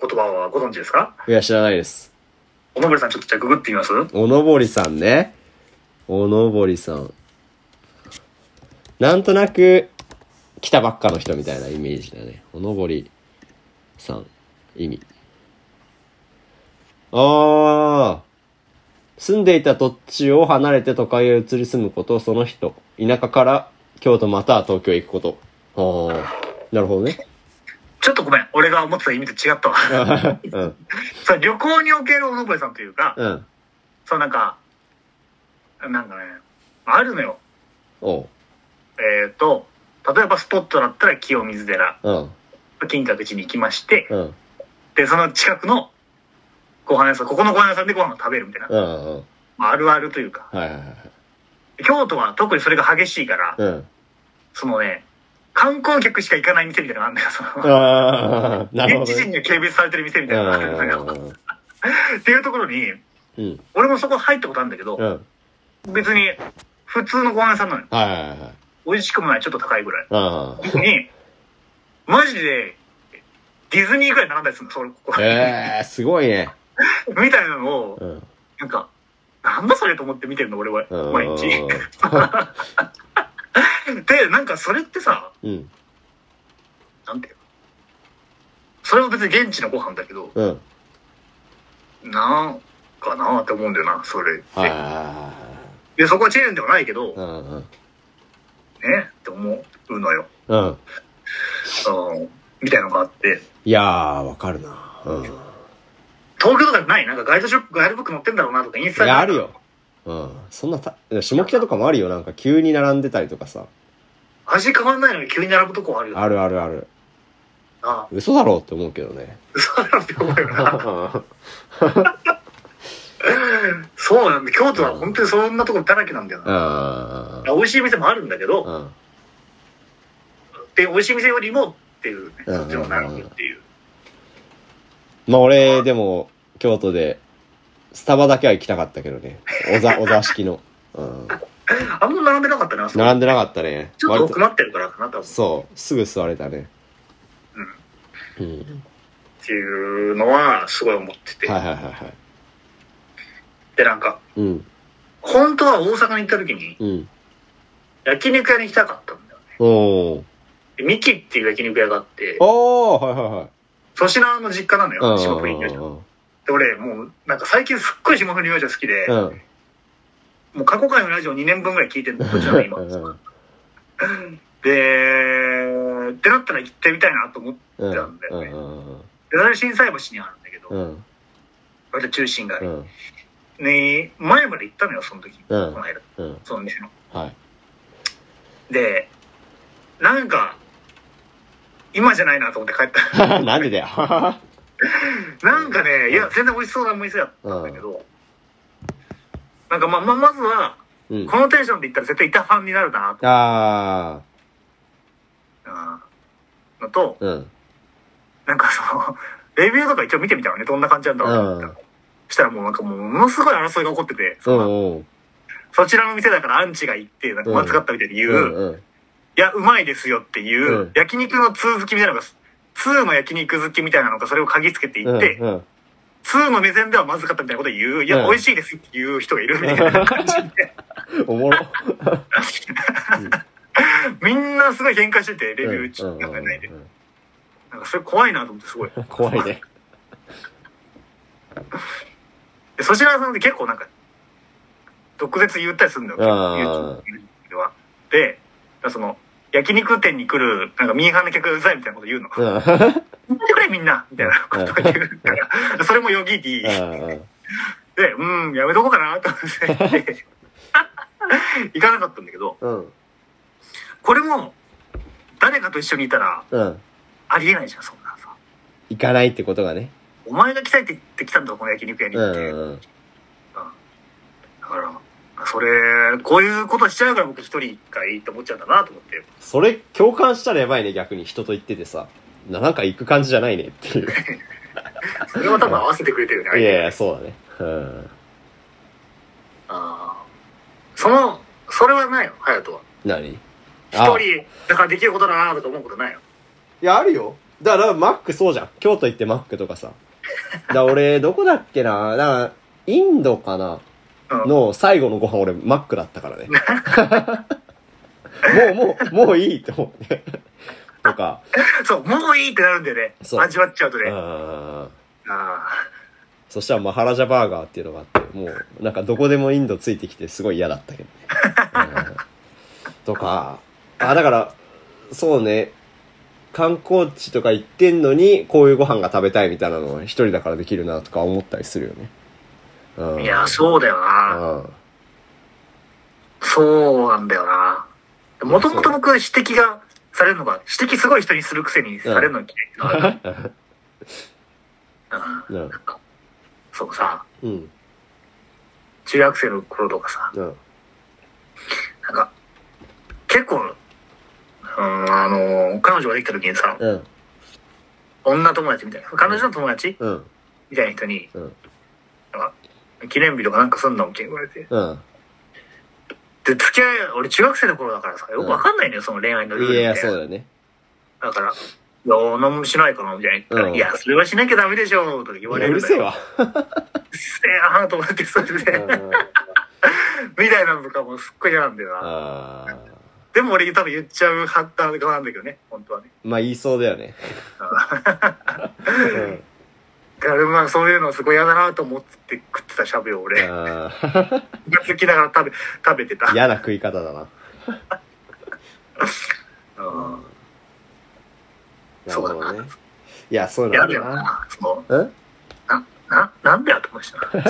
Speaker 1: 言葉はご存知ですか
Speaker 2: いや、知らないです。
Speaker 1: おのぼりさんちょっとじゃあググってみます
Speaker 2: おのぼりさんね。おのぼりさん。なんとなく、来たばっかの人みたいなイメージだね。おのぼりさん、意味。ああ。住んでいた土地を離れて都会へ移り住むこと、その人。田舎から京都または東京へ行くこと。ああ。なるほどね。
Speaker 1: ちょっとごめん。俺が思ってた意味と違ったわ。 <laughs>
Speaker 2: うん。
Speaker 1: それ旅行におけるおのぼりさんというか、
Speaker 2: うん。
Speaker 1: そうなんか、なんかね、あるのよ。
Speaker 2: おう。
Speaker 1: えっ、と、例えばスポットだったら清水寺、
Speaker 2: うん。
Speaker 1: 金閣寺に行きまして、
Speaker 2: うん。
Speaker 1: で、その近くのご飯屋さん、ここのご飯屋さんでご飯を食べるみたいな、
Speaker 2: うん。うん。
Speaker 1: まあ、あるあるというか、
Speaker 2: はいはいはい。
Speaker 1: 京都は特にそれが激しいから、
Speaker 2: うん。
Speaker 1: そのね、観光客しか行かない店みたいなのがあるんだよ、その。
Speaker 2: あ <laughs> あ、なるほ
Speaker 1: 現
Speaker 2: ど
Speaker 1: 地人
Speaker 2: ね。
Speaker 1: に軽蔑されてる店みたいなのがあるんだよ。っていうところに、
Speaker 2: うん。
Speaker 1: 俺もそこ入ったことあるんだけど
Speaker 2: う、ん。
Speaker 1: 別に普通のご飯屋さんなのよ。
Speaker 2: はいはいはいはい。
Speaker 1: 美味しくもない、ちょっと高いぐらい。
Speaker 2: ああ。
Speaker 1: に、マジで、ディズニーぐらい並んだりするの、それ、ここ。
Speaker 2: ええー、すごいね。
Speaker 1: みたいなのを、
Speaker 2: うん。
Speaker 1: なんか、なんだそれと思って見てるの、俺は、
Speaker 2: うん
Speaker 1: 毎日。で、なんかそれってさ、
Speaker 2: うん。
Speaker 1: なんていうのそれは別に現地のご飯だけど、
Speaker 2: うん。
Speaker 1: なんかなって思うんだよな、それって。
Speaker 2: はいはいはい
Speaker 1: や、そこはチェーンではないけど、
Speaker 2: いはい。うんうん。
Speaker 1: ね、って思うのよ。
Speaker 2: うん。
Speaker 1: うん、みたいなのがあって。
Speaker 2: いやー、わかるな。うん。い
Speaker 1: 東京とかないなんかガイドショップ、ガイドブック載ってんだろうなとか、インスタ
Speaker 2: や、あるよ。。うん。そんなた、下北とかもあるよ。なんか急に並んでたりとかさ。
Speaker 1: 味変わんないのに急に並ぶとこあるよな。
Speaker 2: あるあるある。
Speaker 1: あ
Speaker 2: 嘘だろうって思うけどね。
Speaker 1: 嘘だろって思うよ
Speaker 2: う <laughs>
Speaker 1: な。
Speaker 2: ん
Speaker 1: そうなんだ。京都は本当にそんなところだらけなんだよ
Speaker 2: う
Speaker 1: な。
Speaker 2: ん。
Speaker 1: 美味しい店もあるんだけ
Speaker 2: う
Speaker 1: ど、
Speaker 2: ん。
Speaker 1: で、美味しい店よりもっていうね、
Speaker 2: うん
Speaker 1: そっちの並ぶっていう。
Speaker 2: まあ俺、でも、京都で、スタバだけは行きたかったけどね。お
Speaker 1: <laughs>
Speaker 2: 座、お座敷の。うん。
Speaker 1: あんま並んでなかったな、そ
Speaker 2: 並
Speaker 1: こ
Speaker 2: んでなかったね。
Speaker 1: ちょっと
Speaker 2: 割
Speaker 1: 奥まってるからかな、多分。
Speaker 2: そう、すぐ座れたね。うん。
Speaker 1: っていうのは、すごい思ってて。
Speaker 2: はいはいはいはい。
Speaker 1: で、なんか、
Speaker 2: うん、
Speaker 1: 本当は大阪に行った時に、
Speaker 2: うん。
Speaker 1: 焼肉屋に行きたかったんだよね。
Speaker 2: おー。
Speaker 1: でミキっていう焼肉屋があって、
Speaker 2: おー、はいはいはい。
Speaker 1: 粗品の実家なの
Speaker 2: うん
Speaker 1: よ、霜降り明星。で、俺、もう、なんか最近すっごい霜降り明星好きで、
Speaker 2: うん。うん。
Speaker 1: もう過去回のラジオ2年分ぐらい聞いてるの、こっちらの今。
Speaker 2: うん
Speaker 1: で、ってなったら行ってみたいなと思って、
Speaker 2: うん。
Speaker 1: なんだよね
Speaker 2: うん。
Speaker 1: それ震災橋にあるんだけど、
Speaker 2: うん。
Speaker 1: 割と中心街
Speaker 2: う。ん。
Speaker 1: ね、前まで行ったのよ、その時。こ
Speaker 2: うん
Speaker 1: の。間、
Speaker 2: うん。
Speaker 1: その店の。
Speaker 2: はい。
Speaker 1: で、なんか、今じゃないなと思って帰った。
Speaker 2: なんでだよ。
Speaker 1: なんかね、いや、全然美味しそうな店だったんだけど、なんかまあ、まあ、まずは、
Speaker 2: <laughs> うん。
Speaker 1: このテンションで行ったら絶対板ファンになるなと
Speaker 2: あ
Speaker 1: うん、のと、
Speaker 2: ー。うん。
Speaker 1: なんかその、 <laughs> レビューとか一応見てみたのね、どんな感じなんだろうと思って
Speaker 2: うん
Speaker 1: したらもうなんかもう、ものすごい争いが起こってて、
Speaker 2: う
Speaker 1: そ
Speaker 2: ん
Speaker 1: の
Speaker 2: うん。
Speaker 1: そちらの店だからアンチが行って、なんかまずかったみたいに言う、
Speaker 2: うんうん。
Speaker 1: いや、うまいですよっていう、
Speaker 2: うん
Speaker 1: 焼肉の通好きみたいなのが、通の焼肉好きみたいなのがそれを嗅ぎつけていって、
Speaker 2: うん。
Speaker 1: 2の目線ではまずかったみたいなこと言う、いや、
Speaker 2: うん
Speaker 1: 美味しいですって言う人がいるみたいな感じで、
Speaker 2: おもろ。
Speaker 1: みんなすごい喧嘩してて、レビュー中
Speaker 2: うんうん
Speaker 1: なんかないで
Speaker 2: う。ん
Speaker 1: なんかそれ怖いなと思って、すごい。
Speaker 2: 怖
Speaker 1: <laughs>
Speaker 2: いね。
Speaker 1: で粗品さんって結構なんか、毒舌言ったりするんだよ、
Speaker 2: あー
Speaker 1: YouTube では。で、その、焼肉店に来る、なんかミーハンの客がうざいみたいなこと言うの。
Speaker 2: うん。うん
Speaker 1: 見てくれみんなみたいなことを言うから、それもよぎり、で、
Speaker 2: うん
Speaker 1: うん、やめとこうかなと思
Speaker 2: <laughs>
Speaker 1: って、行かなかったんだけど、
Speaker 2: うん。
Speaker 1: これも、誰かと一緒にいたら、
Speaker 2: うん。
Speaker 1: ありえないじゃん、そんなさ。
Speaker 2: 行かないってことがね。
Speaker 1: お前が鍛えてってきたんだろ、この焼肉屋に
Speaker 2: う
Speaker 1: っ
Speaker 2: ん
Speaker 1: て。
Speaker 2: うん
Speaker 1: だから、それ、こういうことしちゃうから僕一人一回って思っちゃうんだなと思って。
Speaker 2: それ共感したらやばいね逆に人と行っててさななんか行く感じじゃないねって
Speaker 1: <laughs>
Speaker 2: いう
Speaker 1: それは多分合わせてくれてるよね、
Speaker 2: い
Speaker 1: 相手
Speaker 2: やいやそうだねうん
Speaker 1: あーその、それはないよ、隼人は。
Speaker 2: 何
Speaker 1: 一
Speaker 2: い
Speaker 1: 人、だからできることだなとか思うことないよ。
Speaker 2: やあるよだからマックそうじゃん京都行ってマックとかさだから俺どこだっけなだからインドかな
Speaker 1: うん
Speaker 2: の最後のご飯俺マックだっ
Speaker 1: <laughs>
Speaker 2: たからね <laughs> もうもうもういいって思ってとか
Speaker 1: そう、もういいってなるんだよね。
Speaker 2: そう
Speaker 1: 味わっちゃうと
Speaker 2: う
Speaker 1: ね。あ
Speaker 2: ん
Speaker 1: あ
Speaker 2: そしたらマハラジャバーガーっていうのがあって、もうなんかどこでもインドついてきてすごい嫌だったけどね。うんとか、あ、だから、そうね、観光地とか行ってんのに、こういうご飯が食べたいみたいなのを一人だからできるなとか思ったりするよね。う
Speaker 1: ー。
Speaker 2: ん。
Speaker 1: いや、そうだよな。
Speaker 2: うん。
Speaker 1: そうなんだよな。もともと僕、指摘がされるのが、指摘すごい人にするくせにされるのが嫌いってのがある。うん
Speaker 2: うん。
Speaker 1: なんかそうさ、
Speaker 2: うん。
Speaker 1: 中学生の頃とかさ、
Speaker 2: うん。
Speaker 1: なんか、結構、うん、あの、彼女ができた時にさ、
Speaker 2: うん。
Speaker 1: 女友達みたいな、彼女の友達
Speaker 2: うん。
Speaker 1: みたいな人に、
Speaker 2: うん
Speaker 1: なんか、記念日とかなんかすんのって言われて、
Speaker 2: うん。
Speaker 1: で、付き合い、俺中学生の頃だからさ、よくわかんないのよ、その恋愛のルール
Speaker 2: い
Speaker 1: みたいな
Speaker 2: や、そうだよね。
Speaker 1: だから、いや、何もしないかな、みたいな言ったら。
Speaker 2: うん
Speaker 1: いや、それはしなきゃダメでしょ、とか言
Speaker 2: い
Speaker 1: わ
Speaker 2: や
Speaker 1: れ
Speaker 2: う
Speaker 1: るん
Speaker 2: る
Speaker 1: だ
Speaker 2: せえ
Speaker 1: よ。
Speaker 2: わ。
Speaker 1: うるせえなと思って、そ <laughs> れで、
Speaker 2: うん
Speaker 1: みたいなのとかもすっごい嫌なんだよな。
Speaker 2: あー
Speaker 1: でも俺多分言っちゃう派った側なんだけどね、本当はね。
Speaker 2: まあ言いそうだよね。うん
Speaker 1: だからまあそういうのすごい嫌だなと思って食ってたしゃべを俺。
Speaker 2: あー
Speaker 1: 好きながら食べ、食べてた。
Speaker 2: 嫌な食い方だな。
Speaker 1: うん
Speaker 2: なるほどね。いや、そういうの
Speaker 1: 嫌だ
Speaker 2: ある
Speaker 1: よ
Speaker 2: な。
Speaker 1: な。その、
Speaker 2: うん
Speaker 1: な、なんでやと思う
Speaker 2: <laughs>
Speaker 1: しな。ふ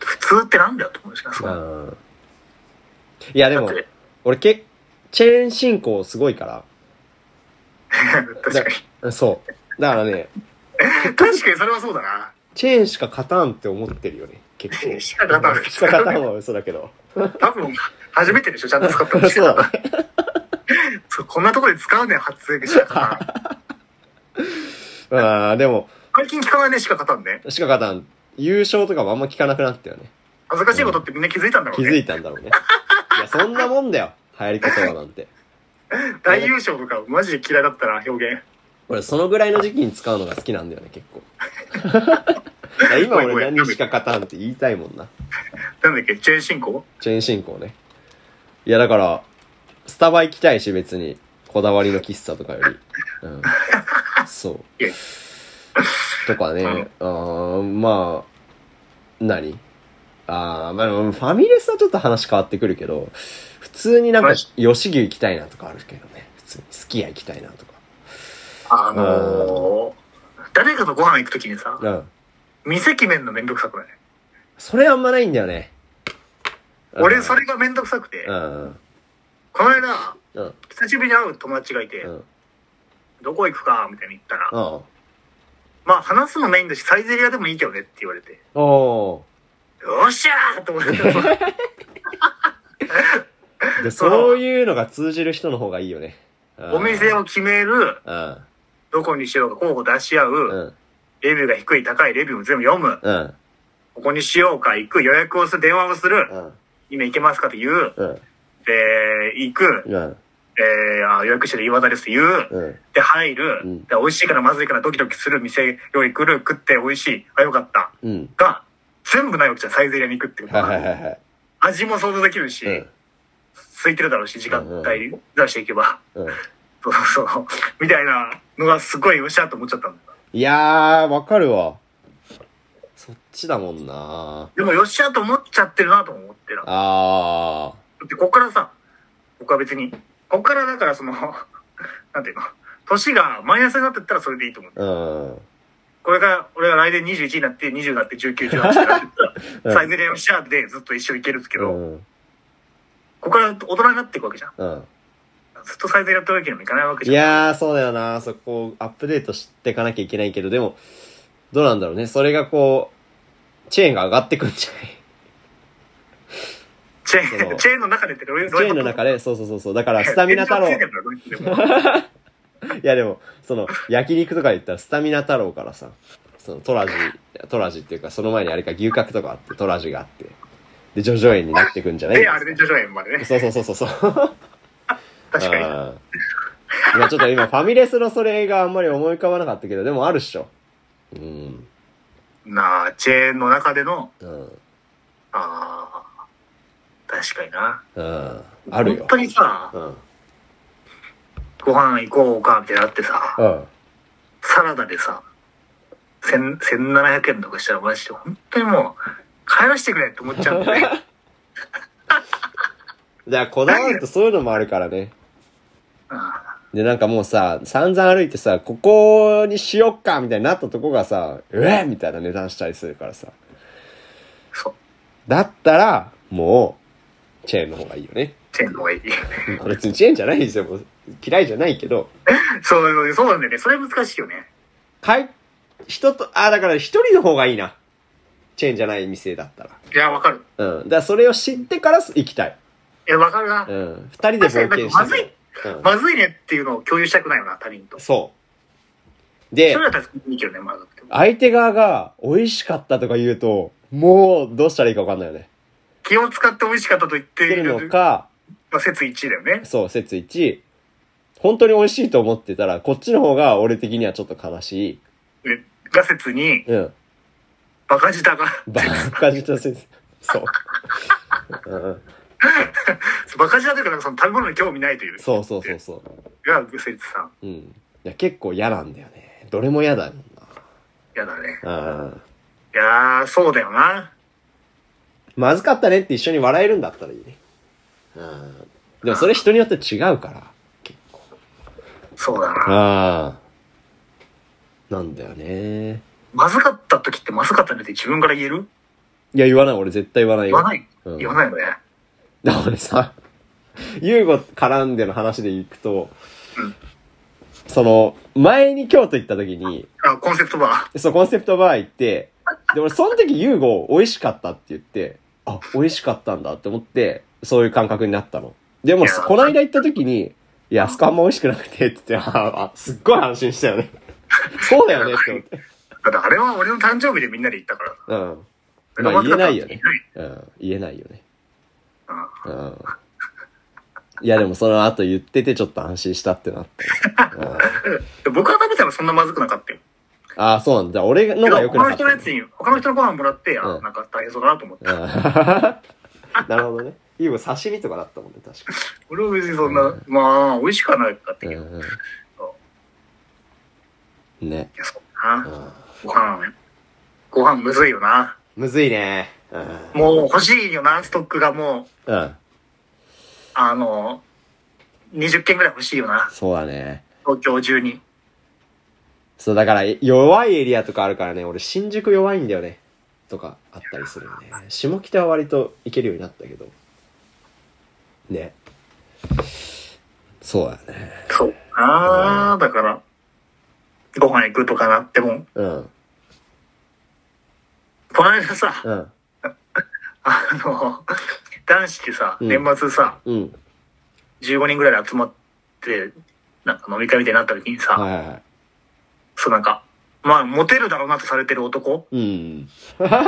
Speaker 1: 普通ってなんだよと思うしな。そう
Speaker 2: うん。いや、でも
Speaker 1: だっ、て
Speaker 2: 俺け、チェーン進行すごいか
Speaker 1: <laughs> 確か
Speaker 2: ら。そう。だからね、
Speaker 1: に。確かにそれはそうだな。
Speaker 2: チェーンしか勝たんって思ってるよね。結構。
Speaker 1: しか勝たん
Speaker 2: しか勝たんは嘘だ
Speaker 1: <laughs>
Speaker 2: けど。
Speaker 1: 多分、初めてでしょちゃんと使った
Speaker 2: <laughs> そ
Speaker 1: の
Speaker 2: うだね。
Speaker 1: そうこんなところで使うねん、発声しか勝た
Speaker 2: <laughs>
Speaker 1: ん。
Speaker 2: うん、でも、
Speaker 1: 最近聞かないね、しか勝たんね。
Speaker 2: しか勝たん、優勝とかもあんま聞かなくなったよね。
Speaker 1: 恥ずかしいことってみんな気づいたんだろ
Speaker 2: 気
Speaker 1: う
Speaker 2: づい
Speaker 1: ね。
Speaker 2: たんだろうね。いや、そんなもんだよ。流行り言葉なんて。
Speaker 1: 大優勝とか、マジで嫌いだったな、表現。
Speaker 2: 俺、そのぐらいの時期に使うのが好きなんだよね、結
Speaker 1: <laughs>
Speaker 2: 構。いや今俺何しか勝たんって言いたいもんな。
Speaker 1: なんだっけ、チェーン進行
Speaker 2: チェーン進行ね。いや、だから、スタバ行きたいし、別に。こだわりの喫茶とかより。うん。そう。
Speaker 1: いや
Speaker 2: とかね。あーまあ、何あーまあ、ファミレスはちょっと話変わってくるけど、普通になんか
Speaker 1: マジ、
Speaker 2: 吉牛行きたいなとかあるけどね。普通に、すき家行きたいなとか。
Speaker 1: あのー、誰かとご飯行くときにさ、
Speaker 2: うん。
Speaker 1: 店決めんのめんどくさくない
Speaker 2: それあんまないんだよね。
Speaker 1: 俺、それがめんどくさくて、
Speaker 2: うん。
Speaker 1: この間、
Speaker 2: うん。
Speaker 1: 久しぶりに会う友達がいて、
Speaker 2: うん。うん。
Speaker 1: どこ行くかみたいに言ったら、
Speaker 2: うん。
Speaker 1: まあ話すのメインだし、サイゼリアでもいいけどねって言われて、よ
Speaker 2: お
Speaker 1: っしゃーと思って、
Speaker 2: ーで、そういうのが通じる人の方がいいよね。うん
Speaker 1: お店を決める、
Speaker 2: うん。
Speaker 1: どこにしようか候補出し合う、
Speaker 2: うん。
Speaker 1: レビューが低い、高いレビューも全部読む、
Speaker 2: うん。
Speaker 1: ここにしようか行く、予約をする、電話をする、
Speaker 2: うん。
Speaker 1: 今行けますかと言う、
Speaker 2: うん。
Speaker 1: で、行く、
Speaker 2: うん。
Speaker 1: えーあ予約してる岩田ですって言う。
Speaker 2: うん。
Speaker 1: で、入る。
Speaker 2: うん
Speaker 1: で、美味しいからまずいからドキドキする店より来る、食って美味しい。あ、よかった。
Speaker 2: うん。
Speaker 1: が、全部ないわけじゃん。サイゼリアに行くってこと
Speaker 2: は
Speaker 1: は。
Speaker 2: いはいはいはい。
Speaker 1: 味も想像できるし、
Speaker 2: うん。
Speaker 1: 空いてるだろうし、時間帯出していけば。 <laughs>
Speaker 2: うん。
Speaker 1: そうそうそう。みたいなのがすごいよっしゃと思っちゃったの。
Speaker 2: いやー、わかるわ。そっちだもんな
Speaker 1: でもよっしゃと思っちゃってるなとも思ってた。だ
Speaker 2: あ
Speaker 1: ってこっからさ、僕は別に、こっからだからその、 <laughs> なんていうの、年がマイナスになってったらそれでいいと思う。
Speaker 2: ー。うん。こ
Speaker 1: これが、俺が来年21になって、20になって、19、18になってったら、サイズレオシャーでずっと一生いけるんですけ
Speaker 2: う
Speaker 1: ど、
Speaker 2: ん。
Speaker 1: ここから大人になっていくわけじゃん。
Speaker 2: うん。
Speaker 1: ずっとサイズやってるわけにもいかないわけじ
Speaker 2: い
Speaker 1: ゃん。
Speaker 2: やー、そうだよなそこをアップデートしていかなきゃいけないけど、でも、どうなんだろうね。それがこう、チェーンが上がってくんじゃない
Speaker 1: チェー
Speaker 2: そ
Speaker 1: ン、
Speaker 2: う
Speaker 1: チェーンの中でってどういう、
Speaker 2: チ
Speaker 1: どうい
Speaker 2: ェ
Speaker 1: うこ
Speaker 2: ーン
Speaker 1: と
Speaker 2: の中で、そうそうそうそう。だから、スタミナ太郎。
Speaker 1: 天井
Speaker 2: い
Speaker 1: ついてんだよどうやっても
Speaker 2: や、でも、その、焼肉とか言ったら、スタミナ太郎からさ、その、トラジ、トラジっていうか、その前にあれか、牛角とかあって、トラジがあって、で、叙々苑になってくんじゃない
Speaker 1: で、あれで徐々にまでね。
Speaker 2: そうそうそうそうそう。
Speaker 1: 確かに。
Speaker 2: あー。いや、ちょっと今、ファミレスのそれがあんまり思い浮かばなかったけど、でもあるっしょ。うん。
Speaker 1: なあ、チェーンの中での、
Speaker 2: うん。
Speaker 1: ああ、確かにな。
Speaker 2: うん。あるよ
Speaker 1: 本当。にさ、
Speaker 2: うん。
Speaker 1: ご飯行こうか、みたいなのあってさ、
Speaker 2: うん。
Speaker 1: サラダでさ、千1700円とかしたらマジで本当にもう、帰らせてくれって思っちゃうんだ
Speaker 2: <laughs>
Speaker 1: よね。
Speaker 2: じゃあ、こだわるとそういうのもあるからね。
Speaker 1: うん
Speaker 2: で、なんかもうさ、散々歩いてさ、ここにしよっかみたいになったとこがさ、うえみたいな値段したりするからさ。
Speaker 1: そう。
Speaker 2: だったら、もう、チェーンの方がいいよね。
Speaker 1: チェーンの方がいい。
Speaker 2: 別にチェーンじゃないですよ。もう嫌いじゃないけど、
Speaker 1: そう、そうなんだよね。それ難しいよね。
Speaker 2: かい、人と、あ、だから一人の方がいいな。チェーンじゃない店だったら。
Speaker 1: いや、わかる。
Speaker 2: うん。だからそれを知ってから行きたい。
Speaker 1: いや、わかるな
Speaker 2: う。ん。二人で冒険して
Speaker 1: 確かに
Speaker 2: みる。うん。
Speaker 1: まずいねっていうのを共有したくないよな、他人と。そ
Speaker 2: そう。で、
Speaker 1: れだったらいいけどね、まず。
Speaker 2: 相手側が美味しかったとか言うと、もうどうしたらいいか分かんないよね。
Speaker 1: 気を使って美味しかったと言ってい
Speaker 2: 言ってるの
Speaker 1: る、
Speaker 2: か、
Speaker 1: まあ、説1だよね。
Speaker 2: そう、説1、本当に美味しいと思ってたら、こっちの方が俺的にはちょっと悲し
Speaker 1: でが説に
Speaker 2: い。うん。
Speaker 1: バカ舌が、 <laughs>
Speaker 2: バカ舌説。そう。うん、
Speaker 1: バカ舌というか、なんかその食べ物に興味ないという。
Speaker 2: そうそうそうそ
Speaker 1: が、説さん。
Speaker 2: う。うん。いや、結構嫌なんだよね。どれも嫌だもん
Speaker 1: やだね。
Speaker 2: な。うん。
Speaker 1: いやー、そうだよな。
Speaker 2: まずかったねって一緒に笑えるんだったらいいね。うん。でもそれ人によって違うから、結構。
Speaker 1: そうだな。
Speaker 2: ああ。なんだよね。
Speaker 1: まずかった時ってまずかったねって自分から言える
Speaker 2: いや、言わない。俺絶対言わない
Speaker 1: 言
Speaker 2: よ。
Speaker 1: わない。
Speaker 2: うん
Speaker 1: 言わないよね。
Speaker 2: だから俺さ、ユーゴ絡んでの話でいくと、
Speaker 1: うん
Speaker 2: その、前に京都行った時に、
Speaker 1: あ、コンセプトバ
Speaker 2: そう、コンセプトバー行
Speaker 1: <laughs>
Speaker 2: って、で、俺その時ユーゴ美味しかったって言って、あ、美味しかったんだって思って、そういう感覚になったの。でも
Speaker 1: いや、
Speaker 2: この間行った時に、いや、あそこあんま美味しくなくて、って言って、ああ、すっごい安心した
Speaker 1: <laughs>
Speaker 2: よね。そうだよねって思って。
Speaker 1: ー。だってあれは俺の誕生日でみんなで行ったから。
Speaker 2: うん。まあ言えないよね。
Speaker 1: 言えない
Speaker 2: うん。言えないよね。
Speaker 1: うん
Speaker 2: うん。いや、でもその後言っててちょっと安心したってなった。うん、
Speaker 1: 僕が食べたらそんなまずくなかったよ。
Speaker 2: ああ、そうなんだ。俺のが良く
Speaker 1: 他
Speaker 2: な
Speaker 1: の
Speaker 2: かった
Speaker 1: 人のやつに、他の人のご飯もらって、あ
Speaker 2: う、ん
Speaker 1: なんか大変そうだなと思って。
Speaker 2: うん。 <laughs> なるほどね。いいも刺身とかだったもんね、確か
Speaker 1: 俺は別にそんな、
Speaker 2: うん
Speaker 1: まあ、美味しくはなかったけ
Speaker 2: に。
Speaker 1: ど。
Speaker 2: う
Speaker 1: い
Speaker 2: んうん。ね。
Speaker 1: や、そうだ
Speaker 2: う
Speaker 1: な。
Speaker 2: ん。
Speaker 1: ご飯、ご飯むずいよな。
Speaker 2: むずいね。うん。
Speaker 1: もう欲しいよな、ストックがもう、
Speaker 2: うん。
Speaker 1: あの、20件ぐらい欲しいよな。
Speaker 2: そうだね。
Speaker 1: 東京中に。
Speaker 2: そう、だから弱いエリアとかあるからね、俺新宿弱いんだよね。とかあったりするよね。下北は割と行けるようになったけど。ね。そうだね。
Speaker 1: そう。ああ、だから、ご飯行くとかなっても、
Speaker 2: うん。
Speaker 1: この間さ、
Speaker 2: うん。
Speaker 1: あの、男子ってさ、
Speaker 2: うん
Speaker 1: 年末さ、
Speaker 2: うん。
Speaker 1: 15人ぐらいで集まって、なんか飲み会みたいになった時にさ、
Speaker 2: はいはいはい。
Speaker 1: そうなんか、まあ、モテるだろうなとされてる
Speaker 2: <laughs>
Speaker 1: 男、
Speaker 2: うん。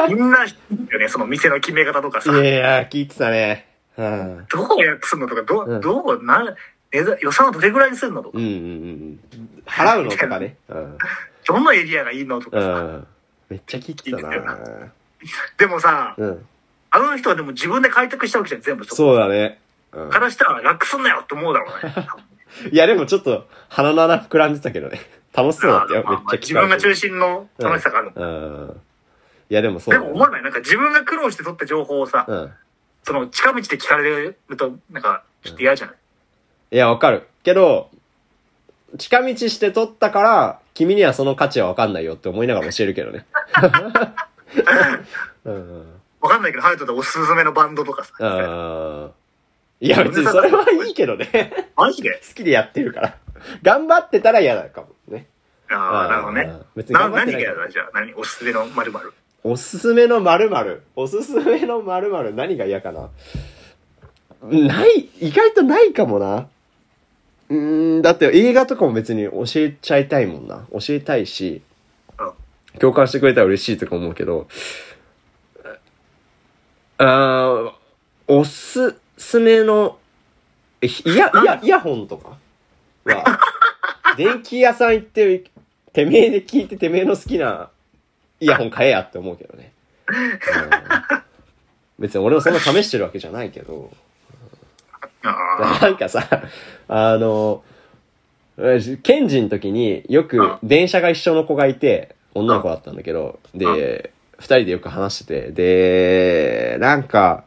Speaker 1: みんな、よね、その店の決め方とかさ
Speaker 2: い、やいや、聞いてたね。うん。
Speaker 1: どう予約するのとか、ど
Speaker 2: う
Speaker 1: う、
Speaker 2: ん
Speaker 1: どう、な、値段予算はどれぐらいにするのとか
Speaker 2: うん、うんうんうん。払うのとかね。うん。
Speaker 1: どのエリアがいいのとか
Speaker 2: う
Speaker 1: さ、
Speaker 2: ん。めっちゃ聞いてたな
Speaker 1: でもさ、
Speaker 2: うん。
Speaker 1: あの人はでも自分で開拓したわけじゃん、全部そこ。
Speaker 2: そうだね。うん
Speaker 1: か。らしたら楽すんなよって思うだろうね。
Speaker 2: いや、でもちょっと鼻の穴膨らんでたけどね。楽 <laughs> しそうだったよ。
Speaker 1: ま
Speaker 2: め
Speaker 1: あ
Speaker 2: っ
Speaker 1: まあ
Speaker 2: ち
Speaker 1: 自
Speaker 2: ゃ聞か
Speaker 1: 分
Speaker 2: れ
Speaker 1: が
Speaker 2: てる
Speaker 1: 中心の楽しさがある。
Speaker 2: うん。いや、でもそう
Speaker 1: で
Speaker 2: だね。
Speaker 1: も思わない。なんか自分が苦労して取った情報をさ、
Speaker 2: うん。
Speaker 1: その近道で聞かれると、なんか、ちょっと嫌じゃない、
Speaker 2: いや、わかる。けど、近道して取ったから、君にはその価値はわかんないよって思いながら教えるけど
Speaker 1: <laughs>
Speaker 2: ね。うん。
Speaker 1: わかんないけど、ハヤトでおすすめのバンドとかさ。
Speaker 2: うん。いや、別にそれはいいけどね。
Speaker 1: マジで
Speaker 2: 好きでやってるから。頑張ってたら嫌だかもね。
Speaker 1: ああ、なるほど
Speaker 2: う
Speaker 1: ね。
Speaker 2: ん。別に
Speaker 1: な
Speaker 2: 頑張っ
Speaker 1: 何
Speaker 2: て
Speaker 1: が
Speaker 2: ない
Speaker 1: 嫌
Speaker 2: から
Speaker 1: だじゃあ、何おすすめの〇〇。
Speaker 2: おすすめの〇〇。おすすめの〇〇何が嫌かなない、意外とないかもな。うーん、だって映画とかも別に教えちゃいたいもんな。教えたいし
Speaker 1: うん、
Speaker 2: 共感してくれたら嬉しいとか思うけど、あーおすすめの、えイヤ、イ
Speaker 1: <laughs>
Speaker 2: ヤ、イヤホンとかは、電気屋さん行って、てめえで聞いててめえの好きなイヤホン買えやって思うけどね。うん別に俺もそんな試してるわけじゃないけど、
Speaker 1: あ
Speaker 2: <laughs> なんかさ、あの、ケンジの時によく電車が一緒の子がいて、女の子だったんだけど、で、二人でよく話してて、で、なんか、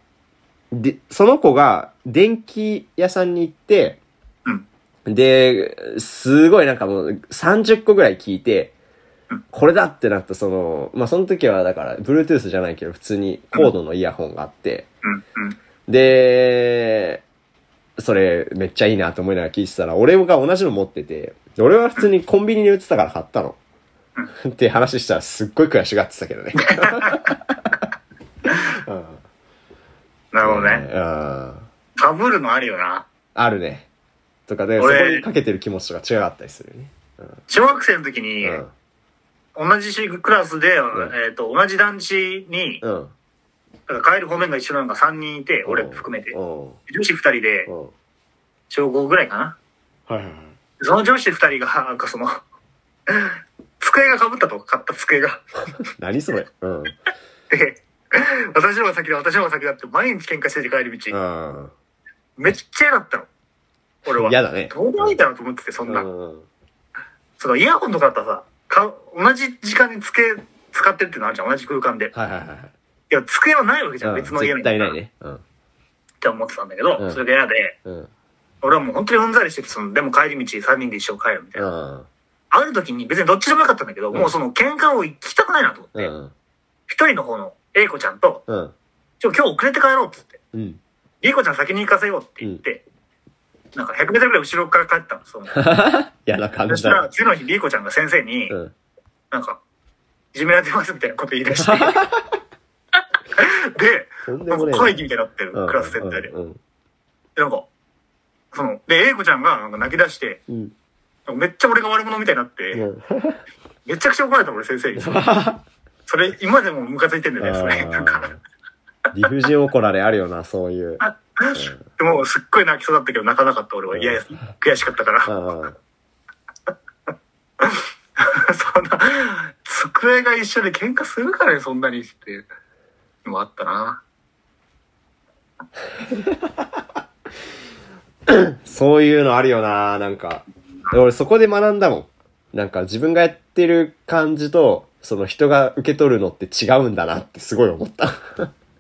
Speaker 2: で、その子が電気屋さんに行って、で、すごいなんかもう30個ぐらい聞いて、これだってなったその、まあ、その時はだから、Bluetooth じゃないけど、普通にコードのイヤホンがあって、
Speaker 1: あ、うんうん。
Speaker 2: で、それめっちゃいいなと思いながら聞いてたら、俺が同じの持ってて、で俺は普通にコンビニに売ってたから買ったの。って話したらすっごい悔しがってたけ
Speaker 1: <laughs>
Speaker 2: どね。うん、
Speaker 1: なるほどね。
Speaker 2: うん。
Speaker 1: かぶるのあるよな。
Speaker 2: あるね。とかで、そこ
Speaker 1: 俺
Speaker 2: にかけてる気持ちとか違かったりするよね。
Speaker 1: 小学生の時に、同じクラスで、
Speaker 2: ん
Speaker 1: えっ、と、同じ団地に
Speaker 2: う、ん。うん。
Speaker 1: だから帰る方面が一緒なのが3人いて、俺含めて
Speaker 2: う。ん。うん。
Speaker 1: 女子2人で、小5ぐらいかな。
Speaker 2: はいはいはい。
Speaker 1: その女子2人が、 <laughs> なんかその、机がかぶったと、買った机が。
Speaker 2: 何それうん。
Speaker 1: で、 <laughs> 私の方が先だ、私の方が先だって、毎日喧嘩してて帰る道、
Speaker 2: うん。
Speaker 1: めっちゃ嫌だったの。俺は。
Speaker 2: 嫌だね。
Speaker 1: どうでもいいだろうと思ってて、そんな。
Speaker 2: うん。
Speaker 1: そのイヤホンとかだったらさ、か同じ時間に机使ってるっていうのあるじゃん、同じ空間で。
Speaker 2: はいはいはいはい
Speaker 1: いや、机はないわけじゃん、
Speaker 2: うん。
Speaker 1: 別の家に。
Speaker 2: 絶対ない。ね。うん。
Speaker 1: って思ってたんだけど、
Speaker 2: うん
Speaker 1: それが嫌で、
Speaker 2: うん。
Speaker 1: 俺はもう本当にうんざりしてて、その、でも帰り道3人で一生帰るみたいうな。
Speaker 2: ん。
Speaker 1: ある時に別にどっちでもよかったんだけど、
Speaker 2: ん
Speaker 1: もうその喧嘩を聞きたくないなと思っ
Speaker 2: う
Speaker 1: て、
Speaker 2: ん。
Speaker 1: 一、人の方の A 子ちゃんと、
Speaker 2: うん。
Speaker 1: ちょ今日遅れて帰ろうっつって、
Speaker 2: うん。
Speaker 1: B 子ちゃん先に行かせようって言って、なんか100メートルぐらい後ろから帰ったの、
Speaker 2: <laughs>
Speaker 1: その。
Speaker 2: 嫌な感
Speaker 1: そ
Speaker 2: じ
Speaker 1: した
Speaker 2: だ
Speaker 1: ら
Speaker 2: な。
Speaker 1: 次の日 B 子ちゃんが先生に、
Speaker 2: うん。
Speaker 1: なんか、いじめられてますみたいなこと言い出
Speaker 2: <laughs>
Speaker 1: して。で、
Speaker 2: とんで
Speaker 1: なん
Speaker 2: もね
Speaker 1: か会議みたいになってる、
Speaker 2: うん
Speaker 1: クラス全体で。で、
Speaker 2: うん。
Speaker 1: なんか、その、で、A 子ちゃんがなんか泣き出して、
Speaker 2: うん。
Speaker 1: なんかめっちゃ俺が悪者みたいになって、
Speaker 2: うん
Speaker 1: めちゃくちゃ怒られた俺先生
Speaker 2: <laughs>
Speaker 1: に。それ、今でもムカついてんだよね、それ。なんか、
Speaker 2: 理不尽怒られあるよな、そういう。
Speaker 1: でもすっごい泣きそうだったけど泣かなかった俺は。いやいや、悔しかったか
Speaker 2: う
Speaker 1: ら。
Speaker 2: ん。
Speaker 1: <laughs> そんな、机が一緒で喧嘩するからね、そんなにっていうのもあったな。
Speaker 2: そういうのあるよな、なんか。俺そこで学んだもん。なんか自分がやってる感じと、その人が受け取るのって違うんだなってすごい思った。